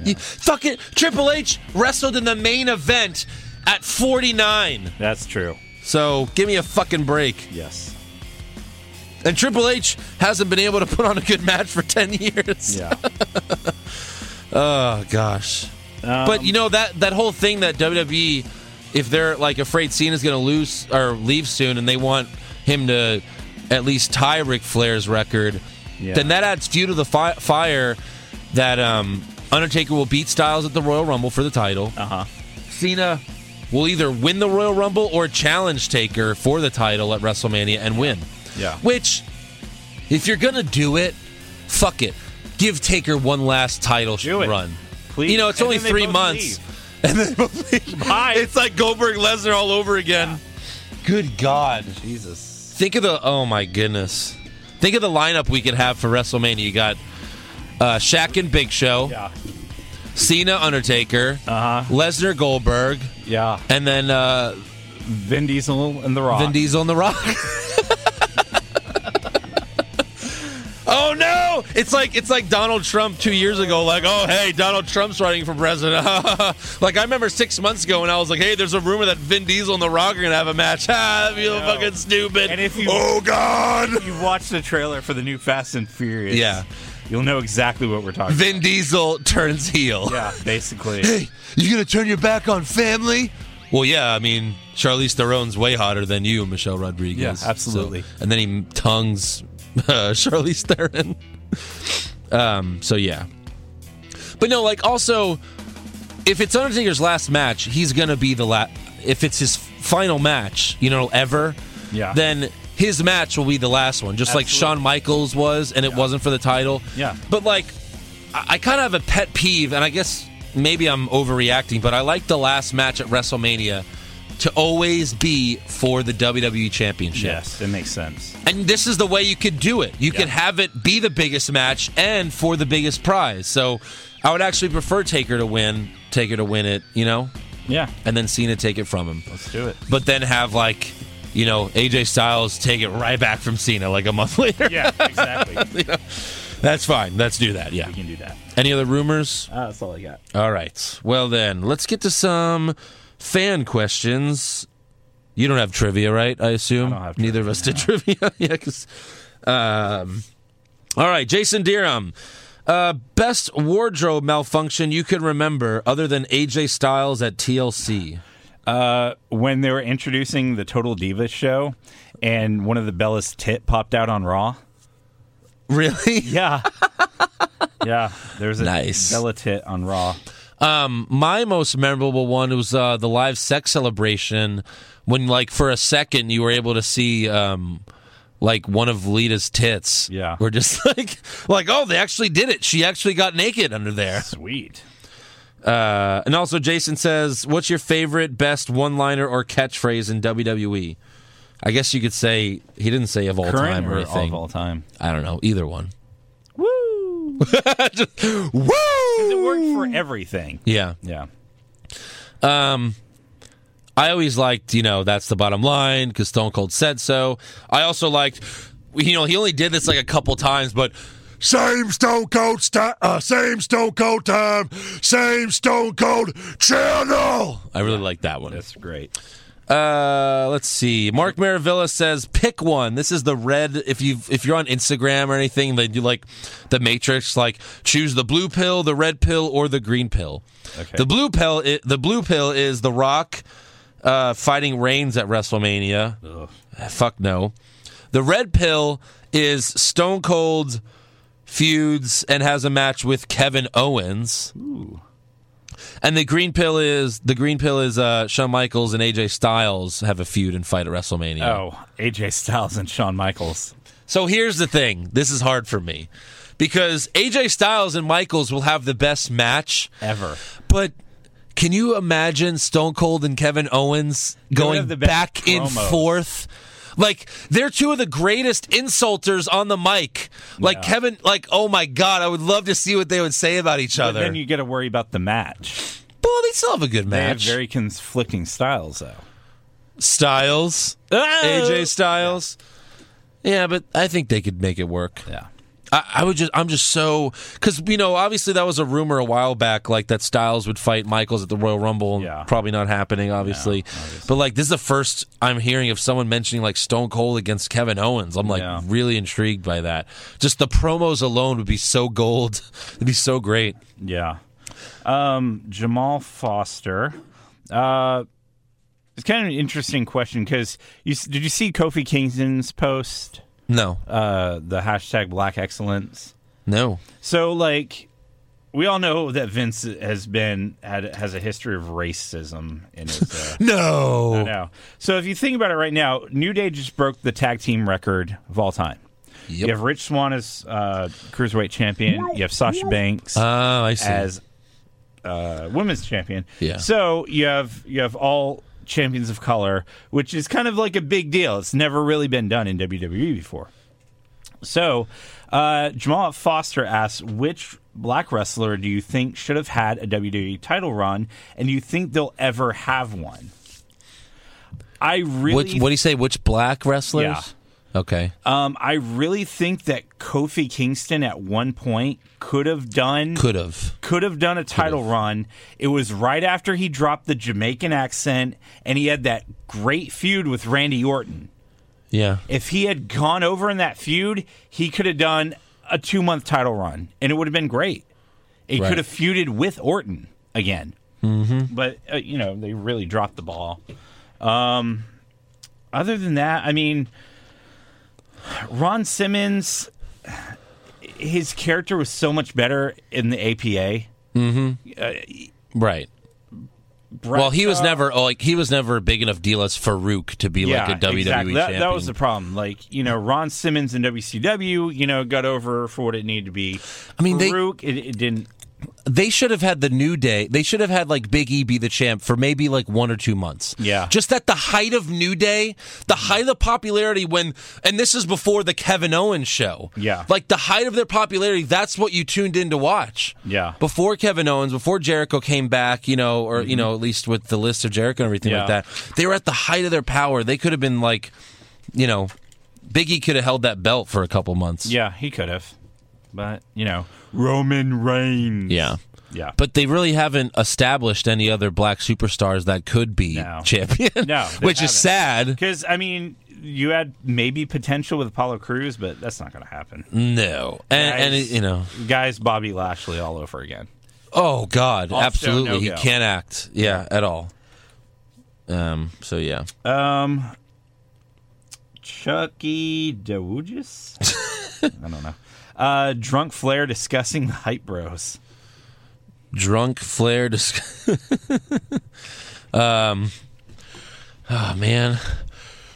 B: You, fuck it. Triple H wrestled in the main event at 49.
E: That's true.
B: So give me a fucking break.
E: Yes.
B: And Triple H hasn't been able to put on a good match for 10 years.
E: Yeah.
B: (laughs) Oh gosh. but you know that that whole thing that WWE, if they're like afraid Cena's going to lose or leave soon, and they want him to at least tie Ric Flair's record,
E: Yeah.
B: then that adds fuel to the fi- fire that um, Undertaker will beat Styles at the Royal Rumble for the title.
E: uh huh.
B: Cena will either win the Royal Rumble or challenge Taker for the title at WrestleMania and win.
E: Yeah.
B: Which, if you're gonna do it, fuck it. Give Taker one last title sh-
E: Do it.
B: run.
E: Please.
B: You know, it's
E: And
B: only
E: then they
B: three
E: both
B: months. (laughs) And then both leave.
E: Bye.
B: It's like Goldberg Lesnar all over again. Good God.
E: Jesus.
B: Think of the oh my goodness. Think of the lineup we could have for WrestleMania. You got uh, Shaq and Big Show,
E: Yeah.
B: Cena, Undertaker,
E: Uh-huh.
B: Lesnar, Goldberg,
E: Yeah.
B: and then uh,
E: Vin Diesel and The Rock.
B: Vin Diesel and The Rock. oh no! It's like it's like Donald Trump two years ago. Like, oh hey, Donald Trump's running for president. (laughs) like I remember six months ago when I was like, hey, there's a rumor that Vin Diesel and The Rock are gonna have a match. (laughs) Ah, that'd be fucking stupid.
E: And if you-
B: oh god,
E: (laughs) You've watched the trailer for the new Fast and Furious.
B: Yeah.
E: You'll know exactly what we're talking
B: Vin Diesel turns heel.
E: about. Yeah, basically.
B: Hey, you gonna turn your back on family? Well, yeah, I mean, Charlize Theron's way hotter than you, Michelle Rodriguez.
E: Yeah, absolutely.
B: So- and then he tongues (laughs) uh, Charlize Theron. (laughs) um, so yeah, but no, like also, if it's Undertaker's last match, he's gonna be the last. If it's his final match, you know, ever,
E: Yeah.
B: then his match will be the last one, just like Shawn Michaels was, and it wasn't for the title.
E: Yeah.
B: But like, I, I kind of have a pet peeve, and I guess maybe I'm overreacting, but I like the last match at WrestleMania to always be for the WWE Championship.
E: Yes, it makes sense.
B: And this is the way you could do it. You could have it be the biggest match and for the biggest prize. So I would actually prefer Taker to win, Taker to win it, you know,
E: Yeah,
B: and then Cena take it from him.
E: let's do it.
B: But then have like, you know, AJ Styles take it right back from Cena like a month (laughs) later.
E: Yeah, exactly. we
B: That's fine. Let's do that. Yeah.
E: can do that.
B: Any other rumors?
E: Uh, that's all I got.
B: All right. Well then, let's get to some fan questions. You don't have trivia, right? I assume
E: don't have
B: neither of us did trivia. (laughs) yeah, 'cause, um, all right, Jason Deerham. Uh, best wardrobe malfunction you can remember, other than AJ Styles at TLC.
E: When they were introducing the Total Divas show, and one of the Bellas tit popped out on Raw.
B: Really?
E: Yeah, (laughs) yeah. There's a
B: Nice.
E: Bella tit on Raw.
B: My most memorable one was uh, the live sex celebration when, like, for a second you were able to see, um, like, one of Lita's tits.
E: Yeah.
B: We're just (laughs) like, like, oh, they actually did it. She actually got naked under there.
E: Sweet.
B: Uh, and also, Jason says, "What's your favorite, best one-liner or catchphrase in WWE?" I guess you could say he didn't say of all
E: Current
B: time or
E: or all
B: anything.
E: of all time?
B: I don't know either one. (laughs)
E: Woo!
B: Woo!
E: It worked for everything.
B: Yeah,
E: Yeah.
B: I always liked you know that's the bottom line because Stone Cold said so. I also liked you know he only did this like a couple times, but same Stone Cold sti- uh, same Stone Cold time, same Stone Cold channel. I really like that one.
E: That's great.
B: Uh, let's see. Mark Maravilla says, "Pick one." This is the red. If you if you're on Instagram or anything, they do like the Matrix. Like choose the blue pill, the red pill, or the green pill.
E: Okay.
B: The blue pill. i the blue pill is The Rock uh, fighting Reigns at WrestleMania. Ah, Fuck no. The red pill is Stone Cold feuds and has a match with Kevin Owens. And the green pill is the green pill is uh, Shawn Michaels and AJ Styles have a feud and fight at WrestleMania.
E: Oh, AJ Styles and Shawn Michaels.
B: So here's the thing: this is hard for me because AJ Styles and Michaels will have the best match,
E: Ever.
B: but can you imagine Stone Cold and Kevin Owens going
E: have the best
B: back and
E: promos.
B: forth? Like they're two of the greatest insulters on the mic. Like Kevin, like oh my god, I would love to see what they would say about each
E: But
B: other.
E: then you got to worry about the match.
B: well, they still have a good
E: They have
B: match.
E: very conflicting styles, though.
B: Styles.
E: Ah!
B: AJ Styles. Yeah. but I think they could make it work.
E: Yeah.
B: I, I would just, I'm just so, because you know, obviously that was a rumor a while back, like that Styles would fight Michaels at the Royal Rumble.
E: Yeah.
B: Probably not happening, obviously. But like, this is the first I'm hearing of someone mentioning like Stone Cold against Kevin Owens. I'm like
E: Yeah.
B: really intrigued by that. Just the promos alone would be so gold. (laughs) It'd be so great.
E: Yeah. Um, Jamal Foster. Uh, it's kind of an interesting question because you s- did you see Kofi Kingston's post,
B: No,
E: uh, the hashtag Black Excellence?
B: no.
E: So like we all know that Vince has been had has a history of racism in his uh,
B: (laughs) No.
E: now. So if you think about it right now, New Day just broke the tag team record of all time.
B: Yep.
E: You have Rich Swan as uh, cruiserweight champion. You have Sasha Banks
B: Oh, I see.
E: as uh, women's champion.
B: Yeah.
E: So you have you have all champions of color, which is kind of like a big deal. It's never really been done in WWE before. So uh, Jamal Foster asks, which black wrestler do you think should have had a WWE title run, and do you think they'll ever have one? I really
B: Which, what do you say? Which black wrestlers?
E: Yeah.
B: Okay.
E: um, I really think that Kofi Kingston at one point could have done
B: Could have.
E: could have done a title run. It was right after he dropped the Jamaican accent and he had that great feud with Randy Orton.
B: Yeah.
E: If he had gone over in that feud, he could have done a two month title run and it would have been great. It
B: Right.
E: could have feuded with Orton again. Mm-hmm. But, uh, you know, they really dropped the ball. Um, other than that, I mean, Ron Simmons, his character was so much better in the APA.
B: Right.
E: Brett,
B: Well, he was
E: uh,
B: never like he was never a big enough deal as Farouk to be like a WWE
E: exactly. That,
B: champion.
E: that was the problem. Like you know, Ron Simmons and WCW, you know, got over for what it needed to be.
B: I mean, they-
E: Farouk, it, it didn't.
B: they should have had the new day. They should have had like Big E be the champ for maybe like one or two months.
E: Yeah.
B: Just at the height of New Day, the height of the popularity when, and this is before the Kevin Owens show.
E: Yeah.
B: Like the height of their popularity, that's what you tuned in to watch.
E: Yeah.
B: Before Kevin Owens, before Jericho came back, you know, or, you know, at least with the list of Jericho and everything like
E: Mm-hmm. Yeah.
B: that, they were at the height of their power. They could have been like, you know, Big E could have held that belt for a couple months.
E: Yeah, he could have, but you know, Roman Reigns.
B: Yeah.
E: yeah,
B: But they really haven't established any other black superstars that could be
E: No.
B: champion.
E: No,
B: (laughs)
E: they
B: which
E: haven't.
B: is sad.
E: because I mean, you had maybe potential with Apollo Cruz, but that's not going to happen.
B: No, and, and it,
E: Guys-
B: you know,
E: guys, Bobby Lashley all over again.
B: oh god,
E: Also
B: absolutely,
E: no
B: he
E: go.
B: can't act. Yeah, at all. Um. So yeah,
E: Chucky Dewugis? (laughs) I don't know. Uh, drunk Flair discussing the hype bros.
B: drunk Flair. Dis- (laughs) um. Oh man.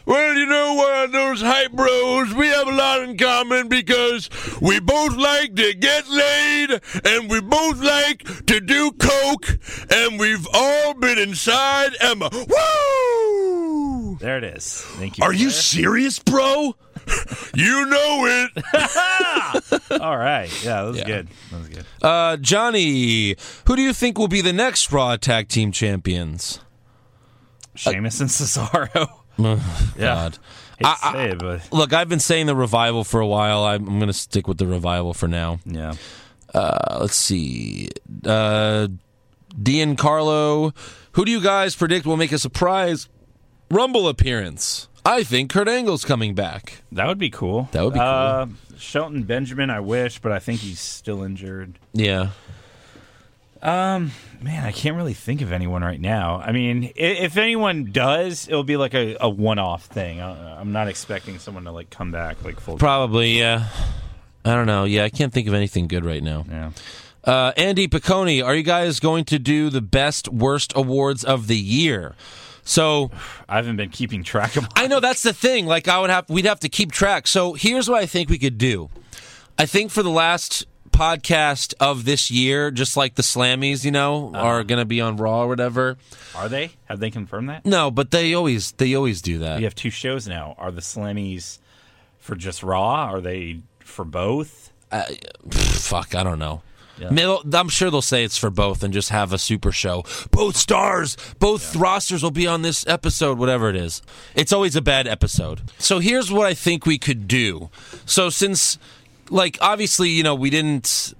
B: Well, you know what, those hype bros, we have a lot in common because we both like to get laid and we both like to do coke and we've all been inside Emma. Woo!
E: There it is. Thank you.
B: Are you serious, bro? (laughs) you know it.
E: All right. Yeah, that was good. That was good.
B: Uh, Johnny, who do you think will be the next Raw Tag Team Champions? Uh,
E: Sheamus and Cesaro.
B: God.
E: Hate to say it, but
B: Look, I've been saying the revival for a while. I'm, I'm going to stick with the revival for now.
E: yeah.
B: Uh, let's see. Uh, Carlo, who do you guys predict will make a surprise Rumble appearance? I think Kurt Angle's coming back.
E: That would be cool.
B: That would be cool.
E: Uh, Shelton Benjamin, I wish, but I think he's still injured.
B: Yeah.
E: Man, I can't really think of anyone right now. I mean, i- if anyone does, it'll be like a, a one off thing. I, I'm not expecting someone to like come back like full.
B: Probably, yeah. I don't know. Yeah, I can't think of anything good right now.
E: yeah.
B: Uh, Andy Piccone, are you guys going to do the best, worst awards of the year? So
E: I haven't been keeping track of.
B: I know that's the thing. Like I would have, we'd have to keep track. So here's what I think we could do. I think for the last podcast of this year, just like the Slammies, you know, are going to be on Raw or whatever.
E: Are they? Have they confirmed that?
B: No, but they always, they always do that.
E: We have two shows now. Are the Slammies for just Raw? Are they for both?
B: Pff, fuck, I don't know. Middle- I'm sure they'll say it's for both and just have a super show. Both stars, both rosters will be on this episode, whatever it is. It's always a bad episode. So here's what I think we could do. So since, like, obviously, you know, we didn't.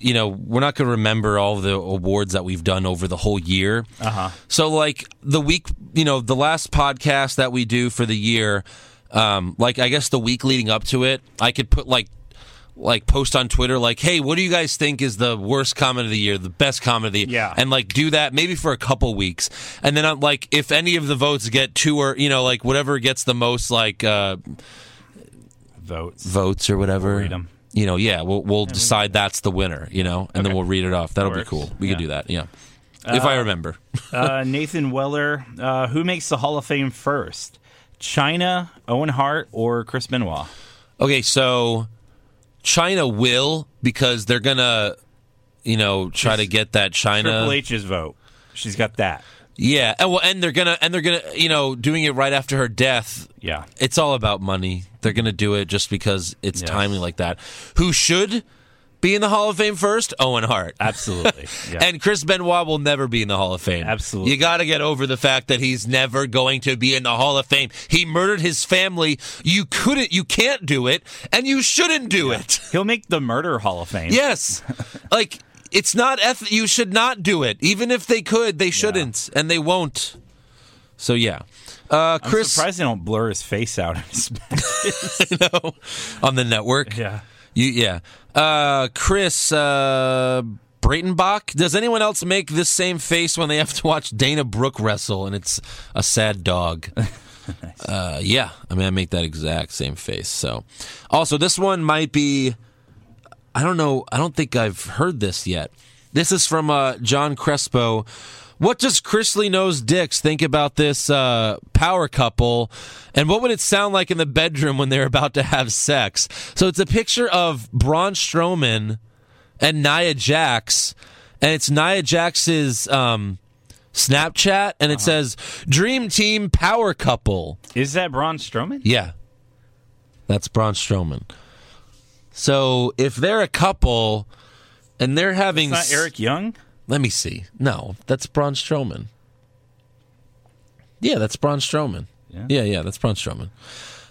B: You know, we're not going to remember all the awards that we've done over the whole year. Uh-huh. So, like the week, you know, the last podcast that we do for the year, um, like I guess the week leading up to it, I could put like like post on Twitter like, "Hey, what do you guys think is the worst comment of the year, the best comment of the year?"
E: Yeah.
B: and like do that maybe for a couple weeks, and then I'm like, if any of the votes get two or you know like whatever gets the most like uh,
E: (laughs) Votes.
B: votes or whatever,
E: read 'em.
B: you know, yeah, we'll we'll decide that's the winner, you know, and then we'll read it off. That'll be
E: Works.
B: cool. We could
E: Yeah.
B: do that, yeah, if I remember.
E: Uh, Nathan Weller. Uh, who makes the Hall of Fame first? China, Owen Hart, or Chris Benoit?
B: Okay, so China will because they're gonna. You know, try to get that China
E: Triple H's vote. She's got that.
B: Yeah, and well, and they're gonna, and they're gonna, you know, doing it right after her death.
E: Yeah.
B: It's all about money. They're gonna do it just because it's
E: Yes.
B: timely like that. Who should be in the Hall of Fame first? Owen Hart.
E: (laughs) Absolutely. Yeah.
B: And Chris Benoit will never be in the Hall of Fame.
E: Absolutely.
B: You got to get over the fact that he's never going to be in the Hall of Fame. He murdered his family. You couldn't, you can't do it, and you shouldn't do it.
E: He'll make the Murder Hall of Fame. (laughs)
B: Yes. like, it's not eth- you should not do it. Even if they could, they shouldn't and they won't. So yeah. Uh
E: I'm
B: Chris
E: surprised they don't blur his face out. (laughs) in his-
B: on the
E: (laughs)
B: network.
E: yeah.
B: You yeah. Uh Chris uh Breitenbach, does anyone else make this same face when they have to watch Dana Brooke wrestle and it's a sad dog? Uh, yeah, I mean, I make that exact same face. So, also, this one might be I don't know. I don't think I've heard this yet. This is from uh, John Crespo. What does Chris Lee Knows Dicks think about this uh, power couple? And what would it sound like in the bedroom when they're about to have sex? So it's a picture of Braun Strowman and Nia Jax, and it's Nia Jax's um, Snapchat, and it says Dream Team Power Couple.
E: Is that Braun Strowman?
B: Yeah. That's Braun Strowman. So if they're a couple and they're having.
E: It's not
B: s-
E: Eric Young.
B: Let me see. No, that's Braun Strowman. Yeah, that's Braun Strowman. Yeah, yeah, that's Braun Strowman.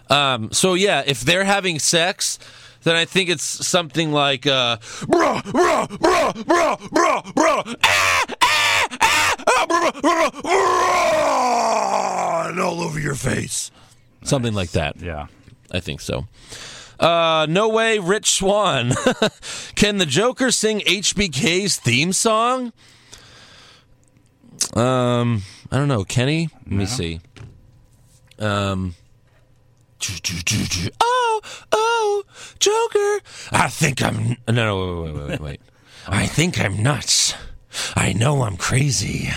B: Um, so yeah, if they're having sex, then I think it's something like uh, bruh, bruh, bruh, bruh, bruh, bruh, ah, ah, ah, ah, bruh, bruh, bruh, bruh, and all over your face, something like that.
E: Yeah.
B: I think so. Uh, no way, Rich Swan. (laughs) Can the Joker sing HBK's theme song? Um, I don't know. Kenny, let me see. Um, oh, oh, Joker. I think I'm. No, no, wait, wait, wait, wait.
E: (laughs)
B: wait. I think I'm nuts. I know I'm crazy.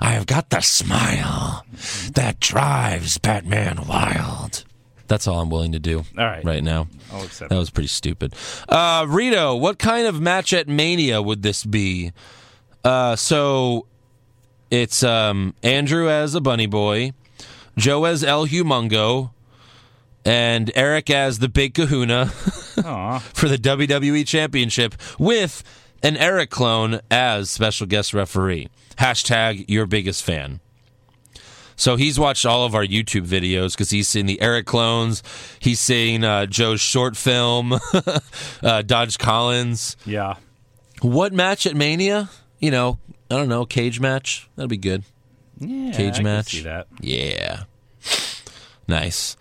B: I've got the smile that drives Batman wild. That's all I'm willing to do.
E: All right.
B: Right now.
E: I'll accept
B: That was pretty stupid. Uh, Rito, what kind of match at Mania would this be? Uh, so it's um, Andrew as a bunny boy, Joe as El Humongo, and Eric as the big kahuna (laughs) for the WWE Championship with an Eric clone as special guest referee. Hashtag your biggest fan. So he's watched all of our YouTube videos because he's seen the Eric clones. He's seen uh, Joe's short film, (laughs) uh, Dodge Collins.
E: Yeah.
B: What match at Mania? You know, I don't know, cage match. That'd be good.
E: yeah I
B: Cage
E: can
B: match.
E: see that.
B: Yeah. (sighs) Nice.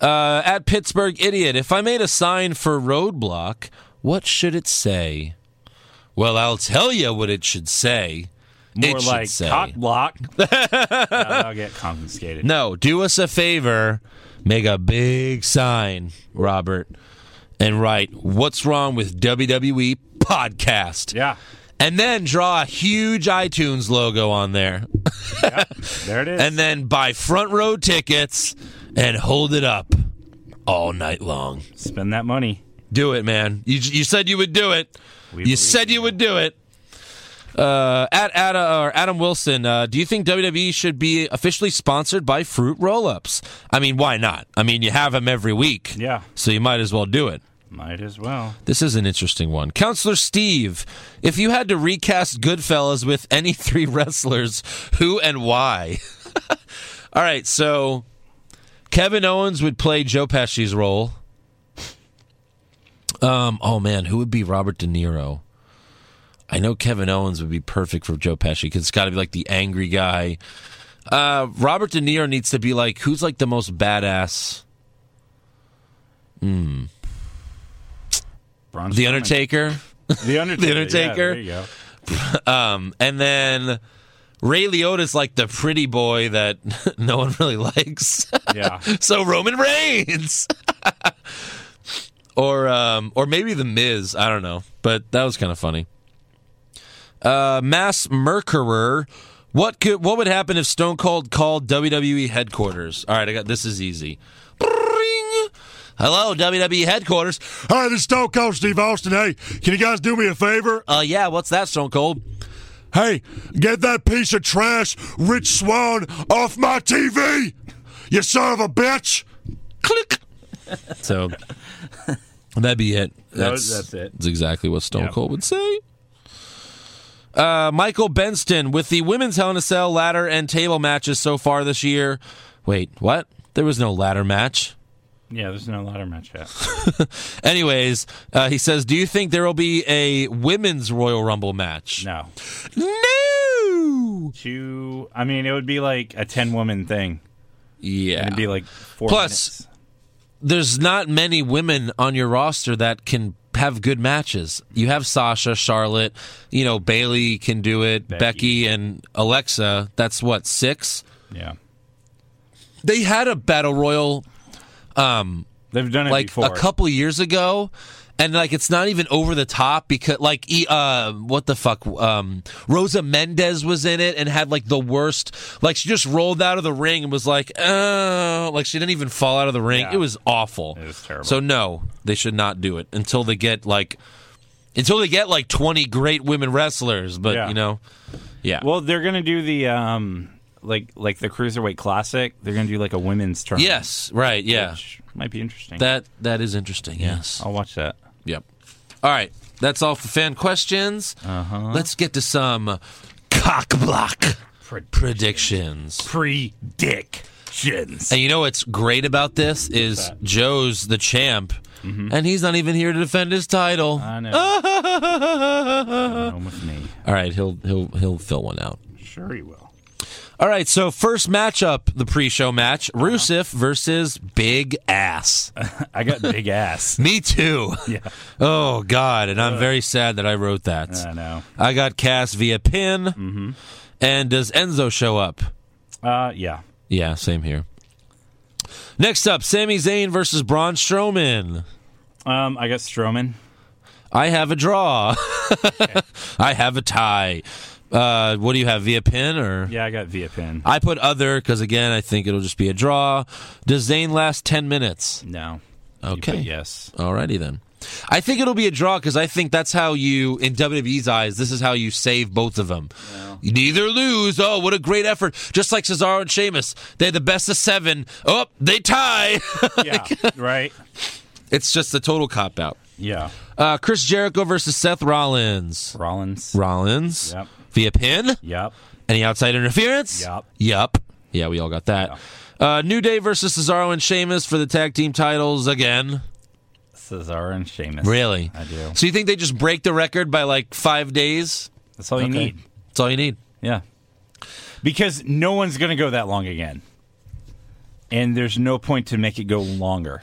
B: Uh, at Pittsburgh Idiot, if I made a sign for Roadblock, what should it say? Well, I'll tell you what it should say.
E: More
B: it should
E: like
B: say,
E: cock
B: (laughs)
E: block. I'll get confiscated.
B: No, do us a favor. Make a big sign, Robert, and write, What's Wrong with WWE Podcast?
E: Yeah.
B: And then draw a huge iTunes logo on there.
E: There it is.
B: and then buy front row tickets and hold it up all night long.
E: Spend that money.
B: Do it, man. You, you said you would do it. you
E: believe
B: said you would do it. Uh, at, at or Adam Wilson, uh, do you think WWE should be officially sponsored by fruit roll-ups? I mean, why not? I mean, you have them every week,
E: Yeah.
B: So you might as well do it.
E: Might as well.
B: This is an interesting one. Counselor Steve, if you had to recast Goodfellas with any (laughs) three wrestlers, who and why? (laughs) All right, so Kevin Owens would play Joe Pesci's role. Um, oh man, who would be Robert De Niro? I know Kevin Owens would be perfect for Joe Pesci because it's got to be like the angry guy. Uh, Robert De Niro needs to be like who's like the most badass?
E: Braun
B: The
E: Strowman.
B: Undertaker.
E: The Undertaker. yeah,
B: Undertaker.
E: there you go.
B: Um, And then Ray Liotta's like the pretty boy that (laughs) no one really likes. (laughs)
E: Yeah.
B: so Roman Reigns. (laughs) or um or maybe the Miz, I don't know. But that was kind of funny. Uh Mass Mercurer. What could what would happen if Stone Cold called WWE headquarters? All right, I got this is easy. Bring. Hello, WWE headquarters.
J: Hi, this is Stone Cold Steve Austin. Hey, can you guys do me a favor?
B: Uh yeah, what's that Stone Cold?
J: Hey, get that piece of trash, Rich Swan, off my TV! You son of a bitch!
B: click. (laughs) So that'd be it. That's,
E: that's it.
B: That's exactly what Stone
E: Yep.
B: Cold would say. Uh, Michael Benston with the women's Hell in a Cell ladder and table matches so far this year. Wait, what? There was no ladder match.
E: Yeah, there's no ladder match yet.
B: Anyways, uh, he says, "Do you think there will be a women's Royal Rumble match?"
E: No.
B: No.
E: Two. I mean, it would be like a 10 woman thing.
B: Yeah.
E: It'd be like four
B: Plus-
E: minutes.
B: there's not many women on your roster that can have good matches. You have Sasha, Charlotte, you know, Bailey can do it, Becky, and Alexa. That's what, six?
E: Yeah.
B: They had a battle royal
E: They've done it
B: like
E: before.
B: a couple years ago, and like it's not even over the top because like e- uh what the fuck um Rosa Mendez was in it and had like the worst like she just rolled out of the ring and was like oh like she didn't even fall out of the ring it was awful it was terrible so no they should not do it until they get like until they get like 20 great women wrestlers but
E: Yeah.
B: you know yeah
E: Well, they're gonna do the um, like like the cruiserweight classic. They're gonna do like a women's tournament.
B: yes right yeah
E: which might be interesting.
B: that that is interesting yes
E: I'll watch
B: (clears throat)
E: that.
B: Yep. All right. That's all for fan questions. Uh-huh. Let's get to some cockblock predictions.
E: Predictions.
B: And you know what's great about this is Joe's the champ, and he's not even here to defend his title.
E: Mm-hmm. I know. Home with me.
B: (laughs) All right, he'll he'll he'll fill one out.
E: Sure you will.
B: All right, so first matchup, the pre-show match,
E: Uh-huh.
B: Rusev versus Big Ass.
E: (laughs) I got big ass.
B: Me too.
E: (laughs) Yeah.
B: Oh God, and I'm very sad that I wrote that.
E: I know.
B: I got cast via pin. Mm-hmm. And does Enzo show up?
E: Uh, yeah.
B: Yeah, same here. Next up, Sami Zayn versus Braun Strowman.
E: Um, I got Strowman.
B: I have a draw. (laughs) I have a tie. Uh, what do you have via pin or?
E: Yeah, I got Via Pin.
B: I put other because again, I think it'll just be a draw. Does Zayn last ten minutes?
E: (laughs) No.
B: Okay.
E: But yes.
B: Alrighty then. I think it'll be a draw because I think that's how you, in WWE's eyes, this is how you save both of them. You Neither lose. Oh, what a great effort. Just like Cesaro and Sheamus. They're the best of seven. Oh, they tie. (laughs)
E: Yeah. right.
B: it's just a total cop out.
E: Yeah.
B: Uh, Chris Jericho versus Seth Rollins.
E: Rollins.
B: Rollins.
E: Yep.
B: Via pin.
E: Yep.
B: Any outside interference?
E: Yup.
B: Yup. Yeah, we all got that. Uh, New Day versus Cesaro and Sheamus for the tag team titles again.
E: Cesaro and Sheamus.
B: Really?
E: I do.
B: So you think they just break the record by like five days?
E: That's all you
B: Okay.
E: need.
B: That's all you need.
E: Yeah. Because no one's going to go that long again. And there's no point to make it go longer.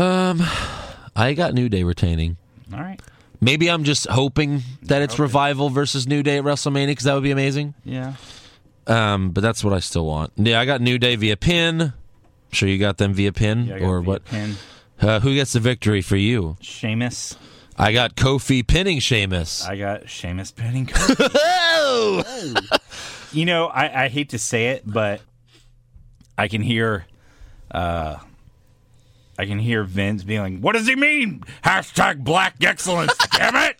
B: I got New Day retaining.
E: All right.
B: Maybe I'm just hoping that it's Revival versus New Day at WrestleMania because that would be amazing.
E: Yeah. Mm,
B: Um, but that's what I still want. Yeah, I got New Day via pin. sure you got them via pin
E: I got
B: or
E: Via
B: what?
E: Pin.
B: Uh, who gets the victory for you?
E: Sheamus.
B: I got Kofi pinning Sheamus.
E: I got Sheamus pinning Cody. (laughs) you know, I, I hate to say it, but I can hear, uh, I can hear Vince being like, "What does he mean? Hashtag Black Excellence, (laughs) damn it!"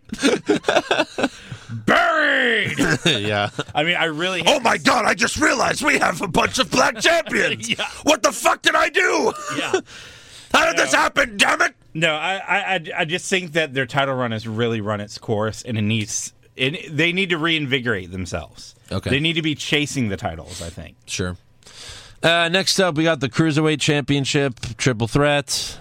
E: Buried.
B: yeah.
E: I mean, I really.
J: Oh my god, I just realized we have a bunch of black
E: (laughs)
J: champions! What the fuck did I do?
E: Yeah.
J: (laughs) How did this happen, damn it?
E: No, I, I, I- I just think that their title run has really run its course, and it needs. It, they need to reinvigorate themselves.
B: Okay.
E: They need to be chasing the titles. I think.
B: Sure. Uh, next up, we got the Cruiserweight Championship Triple Threat.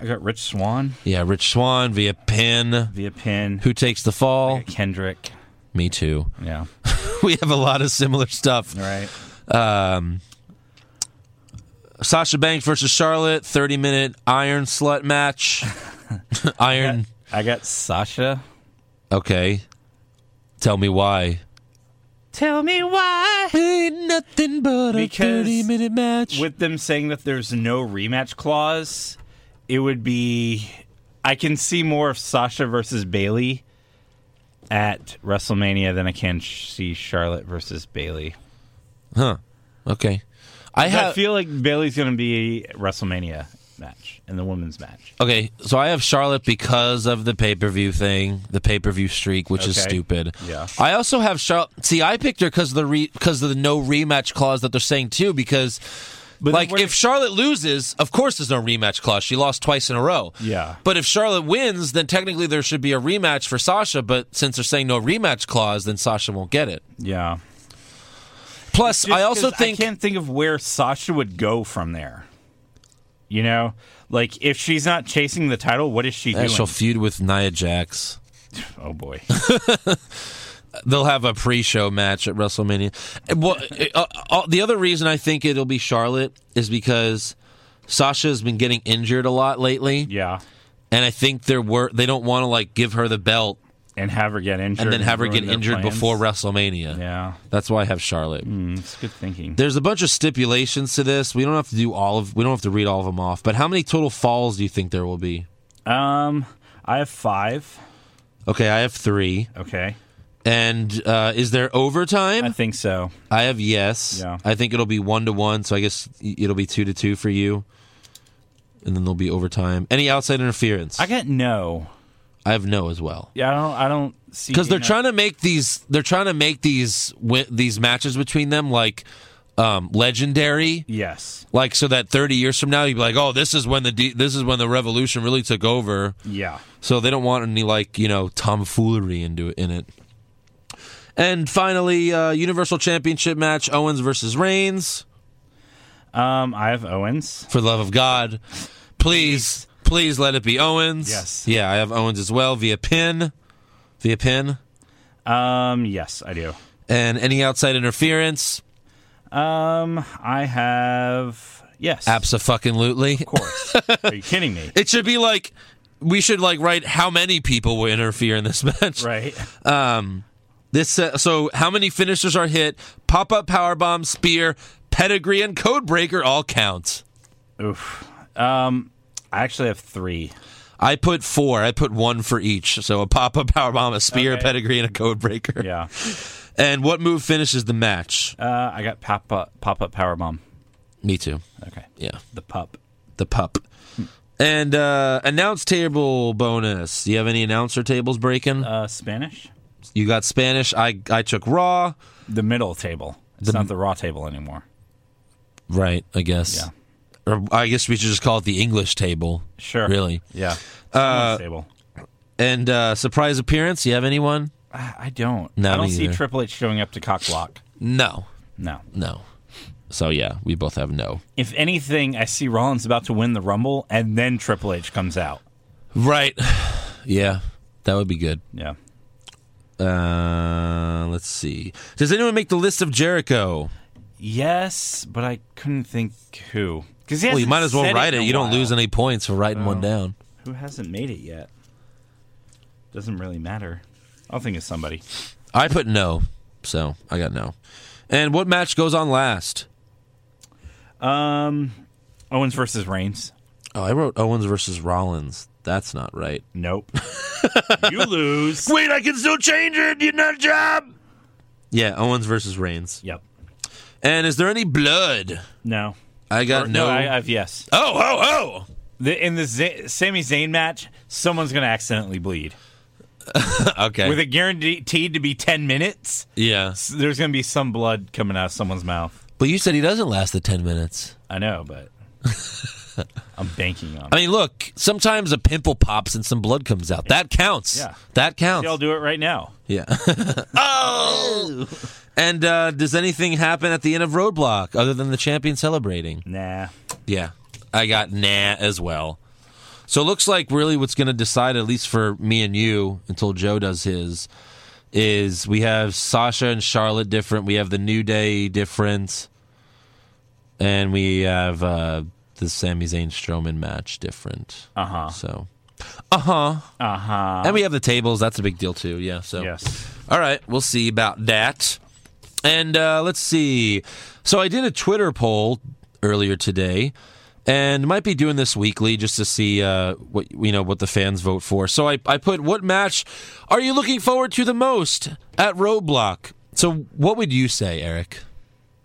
E: I got Rich Swan
B: Yeah, Rich Swan via pin.
E: via pin.
B: Who takes the fall?
E: Kendrick.
B: Me too.
E: Yeah.
B: (laughs) We have a lot of similar stuff. Um,
E: Right.
B: Sasha Banks versus Charlotte, 30 minute iron
E: (laughs)
B: slut match. iron.
E: I got Sasha.
B: Okay. Tell me why.
E: Tell me why.
B: Ain't nothing but
E: Because
B: a 30 minute match.
E: With them saying that there's no rematch clause, it would be. I can see more of Sasha versus Bailey at WrestleMania than I can sh- see Charlotte versus Bailey.
B: okay. I
E: I
B: have.
E: feel like Bailey's going to be at WrestleMania match in the women's match.
B: okay, so I have Charlotte because of the pay per view thing, the pay per view streak, which is
E: Okay.
B: stupid.
E: Yeah.
B: I also have Charlotte. See, I picked her because of the re- because of the no rematch clause that they're saying too. Because
E: But
B: like
E: then what
B: if Charlotte loses, of course there's no rematch clause. She lost twice in a row.
E: Yeah.
B: But if Charlotte wins, then technically there should be a rematch for Sasha. But since they're saying no rematch clause, then Sasha won't get it.
E: yeah.
B: Plus,
E: Just
B: I also
E: 'cause
B: think
E: I can't think of where Sasha would go from there. You know, like if she's not chasing the title, what is she
B: Eh,
E: doing?
B: she'll feud with Nia Jax.
E: oh boy,
B: They'll have a pre-show match at WrestleMania. Eh, Well, eh, uh, uh, the other reason I think it'll be Charlotte is because Sasha has been getting injured a lot lately.
E: yeah,
B: and I think they're wor- they don't want to like give her the belt
E: and have her get injured,
B: and then have her
E: ruin
B: get
E: their
B: injured
E: plans.
B: before WrestleMania.
E: Yeah, Hmm.
B: That's why I have Charlotte.
E: it's good thinking.
B: There's a bunch of stipulations to this. We don't have to do all of we don't have to read all of them off. But how many total falls do you think there will be?
E: Um, I have five.
B: Okay, I have three.
E: Okay.
B: And uh, is there overtime? I
E: think so.
B: I have yes.
E: Yeah.
B: I think it'll be one to one, so I guess y- it'll be two to two for you. And then there'll be overtime. Any outside interference? I
E: got no.
B: I have no as well.
E: Yeah, I don't. I don't see
B: because they're
E: you know-
B: trying to make these they're trying to make these wi- these matches between them like um, legendary.
E: Yes.
B: Like so that 30 years from now you'd be like, "Oh, this is when the D- this is when the revolution really took over."
E: Yeah.
B: So they don't want any like, you know, tomfoolery into in it. And finally, uh, Universal Championship match Owens versus Reigns.
E: Um, I have Owens.
B: For the love of God, please, please let it be Owens.
E: Yes.
B: Yeah, I have Owens as well via pin. Via pin.
E: Um, yes, I do.
B: And any outside interference?
E: Um, I have yes.
B: Absolutely. Of
E: course. Are you kidding me?
B: (laughs) It should be like we should like write how many people will interfere in this (laughs) match.
E: Right.
B: Um this uh, so how many finishers are hit? Pop up power bomb, spear, pedigree and code breaker all count.
E: Oof. Um I actually have 3.
B: I put 4. I put one for each. So a pop up power bomb, a spear, a pedigree and a code breaker.
E: Yeah.
B: And what move finishes the match?
E: Uh, I got pop up pop up power bomb.
B: Me too.
E: Okay.
B: Yeah.
E: The pup.
B: The pup. And uh announce table bonus. Do you have any announcer tables breaking?
E: Uh Spanish?
B: You got Spanish. I I took raw.
E: The middle table. It's not the raw table anymore.
B: Right, I guess.
E: Yeah.
B: Or I guess we should just call it the English table.
E: Sure.
B: Really.
E: Yeah.
B: Uh,
E: Someone's table.
B: And uh, surprise appearance. You have anyone?
E: I I don't.
B: No,
E: I don't
B: me
E: see
B: either.
E: Triple H showing up to cock block.
B: No.
E: No.
B: No. So yeah, we both have no.
E: If anything, I see Rollins about to win the Rumble and then Triple H comes out.
B: Right. (sighs) yeah, that would be good.
E: Yeah.
B: Uh, let's see. Does anyone make the list of Jericho?
E: Yes, but I couldn't think who. Because
B: well, you might as well write it. You don't lose any points for writing one down.
E: Who hasn't made it yet? Doesn't really matter. I'll think of somebody.
B: I put no, so I got no. And what match goes on last?
E: Um, Owens versus Reigns.
B: Oh, I wrote Owens versus Rollins. That's not right.
E: Nope. (laughs) you lose.
B: Wait, I can still change it. You nut job. Yeah, Owens versus Reigns.
E: Yep.
B: And is there any blood?
E: No.
B: I got
E: Or-
B: no.
E: I, I've yes.
B: oh, oh,
E: The, in the Z- Sami Zayn match, someone's going to accidentally bleed.
B: oh. okay.
E: With it guaranteed to be 10 minutes,
B: yeah.
E: s- there's going to be some blood coming out of someone's mouth.
B: But you said he doesn't last the 10 minutes.
E: I know, (laughs) but I'm banking on it.
B: I mean, look, sometimes a pimple pops and some blood comes out. That counts.
E: Yeah.
B: That counts.
E: Y'all do it right now.
B: Yeah. (laughs) oh! And uh, does anything happen at the end of Roadblock other than the champion celebrating?
E: Nah.
B: Yeah. I got nah as well. So it looks like really what's going to decide, at least for me and you, until Joe does his, is we have Sasha and Charlotte different. We have the New Day different. And we have uh, the Sami Zayn Strowman match different. Uh huh. So, uh huh.
E: Uh huh.
B: And we have the tables. That's a big deal, too. Yeah. So,
E: Yes.
B: all right. We'll see about that. And uh, let's see. So, I did a Twitter poll earlier today and might be doing this weekly just to see uh, what you know what the fans vote for. So I, I put what match are you looking forward to the most at Roadblock? So what would you say, Eric?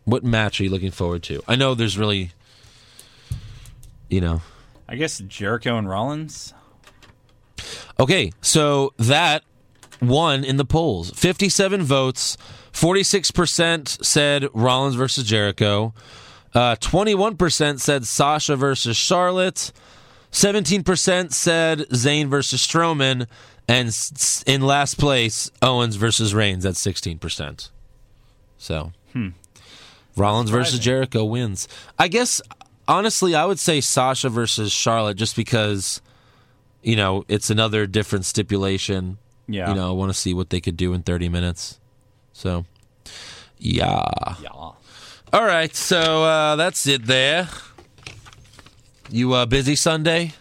B: What match are you looking forward to? I know there's really you know
E: I guess Jericho and Rollins.
B: Okay, so that won in the polls. 57 votes, 46% said Rollins versus Jericho, uh, 21% said Sasha versus Charlotte, 17% said Zayn versus Strowman, and s- s- in last place, Owens versus Reigns at 16%. So, Rollins versus Jericho wins. I guess, honestly, I would say Sasha versus Charlotte just because you know, it's another different stipulation.
E: Yeah.
B: You know, I want to see what they could do in 30 minutes. So, yeah.
E: Yeah.
B: All right. So uh, that's it there. You uh, busy Sunday?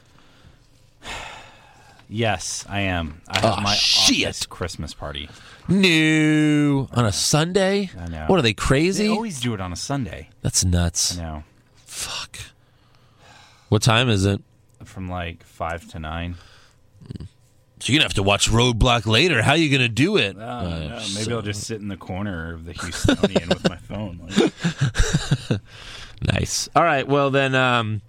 E: Yes, I am. I have
B: Ah,
E: my
B: shit.
E: office Christmas party.
B: No. On a Sunday?
E: I know.
B: What are they, crazy?
E: They always do it on a Sunday.
B: that's
E: I
B: nuts.
E: know.
B: Fuck. What time is it?
E: From like five to nine.
B: So you're gonna have to watch Roadblock later. How you gonna do it? Uh,
E: Uh, maybe I'll just sit in the corner of the Houstonian with my phone. Like,
B: (laughs) Nice. All right. Well, then, um,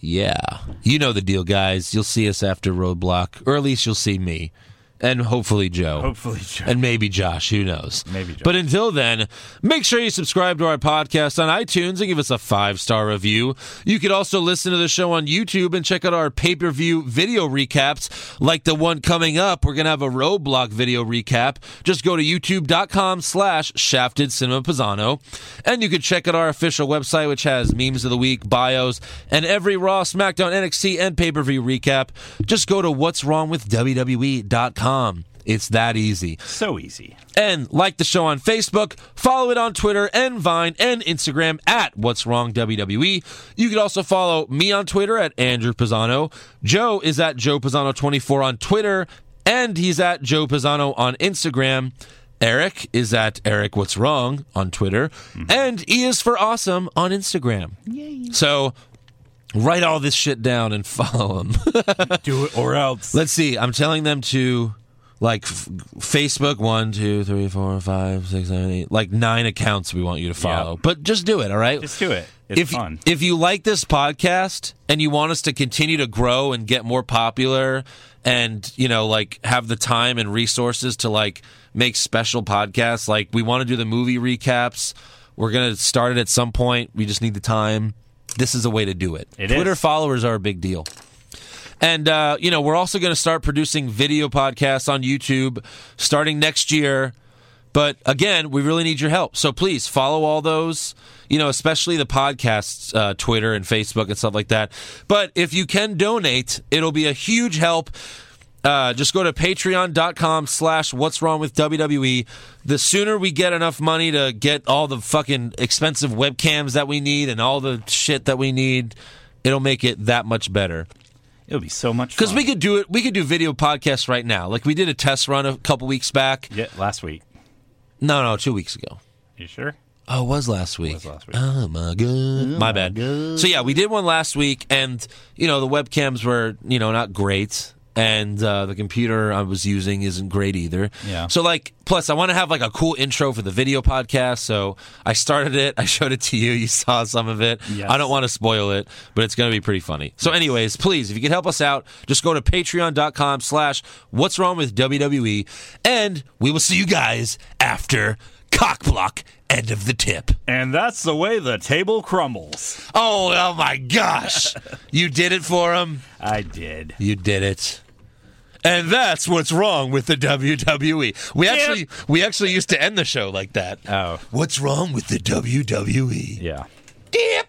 B: yeah. You know the deal, guys. You'll see us after Roadblock, or at least you'll see me, and hopefully Joe.
E: hopefully, Joe.
B: And maybe Josh, who knows?
E: Maybe Josh.
B: But until then, make sure you subscribe to our podcast on iTunes and give us a five star review. You could also listen to the show on YouTube and check out our pay per view video recaps, like the one coming up. We're gonna have a Roadblock video recap. Just go to YouTube.com/slash Shafted Cinema Pisano, and you can check out our official website, which has memes of the week, bios, and every Raw, SmackDown, NXT, and pay per view recap. Just go to What's Wrong with WWE.com. It's that easy.
E: so easy.
B: And like the show on Facebook, follow it on Twitter and Vine and Instagram at What's Wrong WWE. You can also follow me on Twitter at Andrew Pisano. Joe is at Joe Pisano24 on Twitter, and he's at Joe Pisano on Instagram. Eric is at Eric What's Wrong on Twitter, and E is for Awesome on Instagram. So write all this shit down and (laughs) follow him.
E: Do it or else.
B: Let's see. I'm telling them to like f- Facebook one, two, three, four, five, six, seven, eight, like nine accounts we want you to follow. But just do it, all right?
E: Just do it. It's
B: if,
E: fun.
B: If you like this podcast and you want us to continue to grow and get more popular and, you know, like have the time and resources to like make special podcasts, like we want to do the movie recaps. We're going to start it at some point. We just need the time. This is a way to do it.
E: It
B: Twitter
E: is.
B: followers are a big deal. And, uh, you know, we're also going to start producing video podcasts on YouTube starting next year. But again, we really need your help. So please follow all those, you know, especially the podcasts, uh, Twitter and Facebook and stuff like that. But if you can donate, it'll be a huge help. Uh, just go to patreon.com slash what's wrong with WWE. The sooner we get enough money to get all the fucking expensive webcams that we need and all the shit that we need, it'll make it that much better.
E: It'll be so much fun.
B: Because we could do it, we could do video podcasts right now. Like we did a test run a couple weeks back.
E: Yeah, last week.
B: No, no, two weeks ago.
E: You sure?
B: Oh, it was last week.
E: last week.
B: Oh my god. my bad. So yeah, we did one last week, and you know the webcams were you know not great, and uh, the computer I was using isn't great either.
E: Yeah.
B: So like, plus I want to have like a cool intro for the video podcast, so I started it. (laughs) I showed it to you. You saw some of it.
E: Yes.
B: I don't want to spoil it, but it's going to be pretty funny. So anyways, please, if you could help us out, just go to patreon.com slash what's wrong with WWE, and we will see you guys after cockblock end of the tip.
E: And that's the way the table crumbles.
B: Oh, oh my gosh. you did it for him.
E: I did.
B: You did it. And that's what's wrong with the WWE. We actually we actually used to end the E? show like that.
E: Oh.
B: What's wrong with the WWE?
E: Yeah.
B: Dip.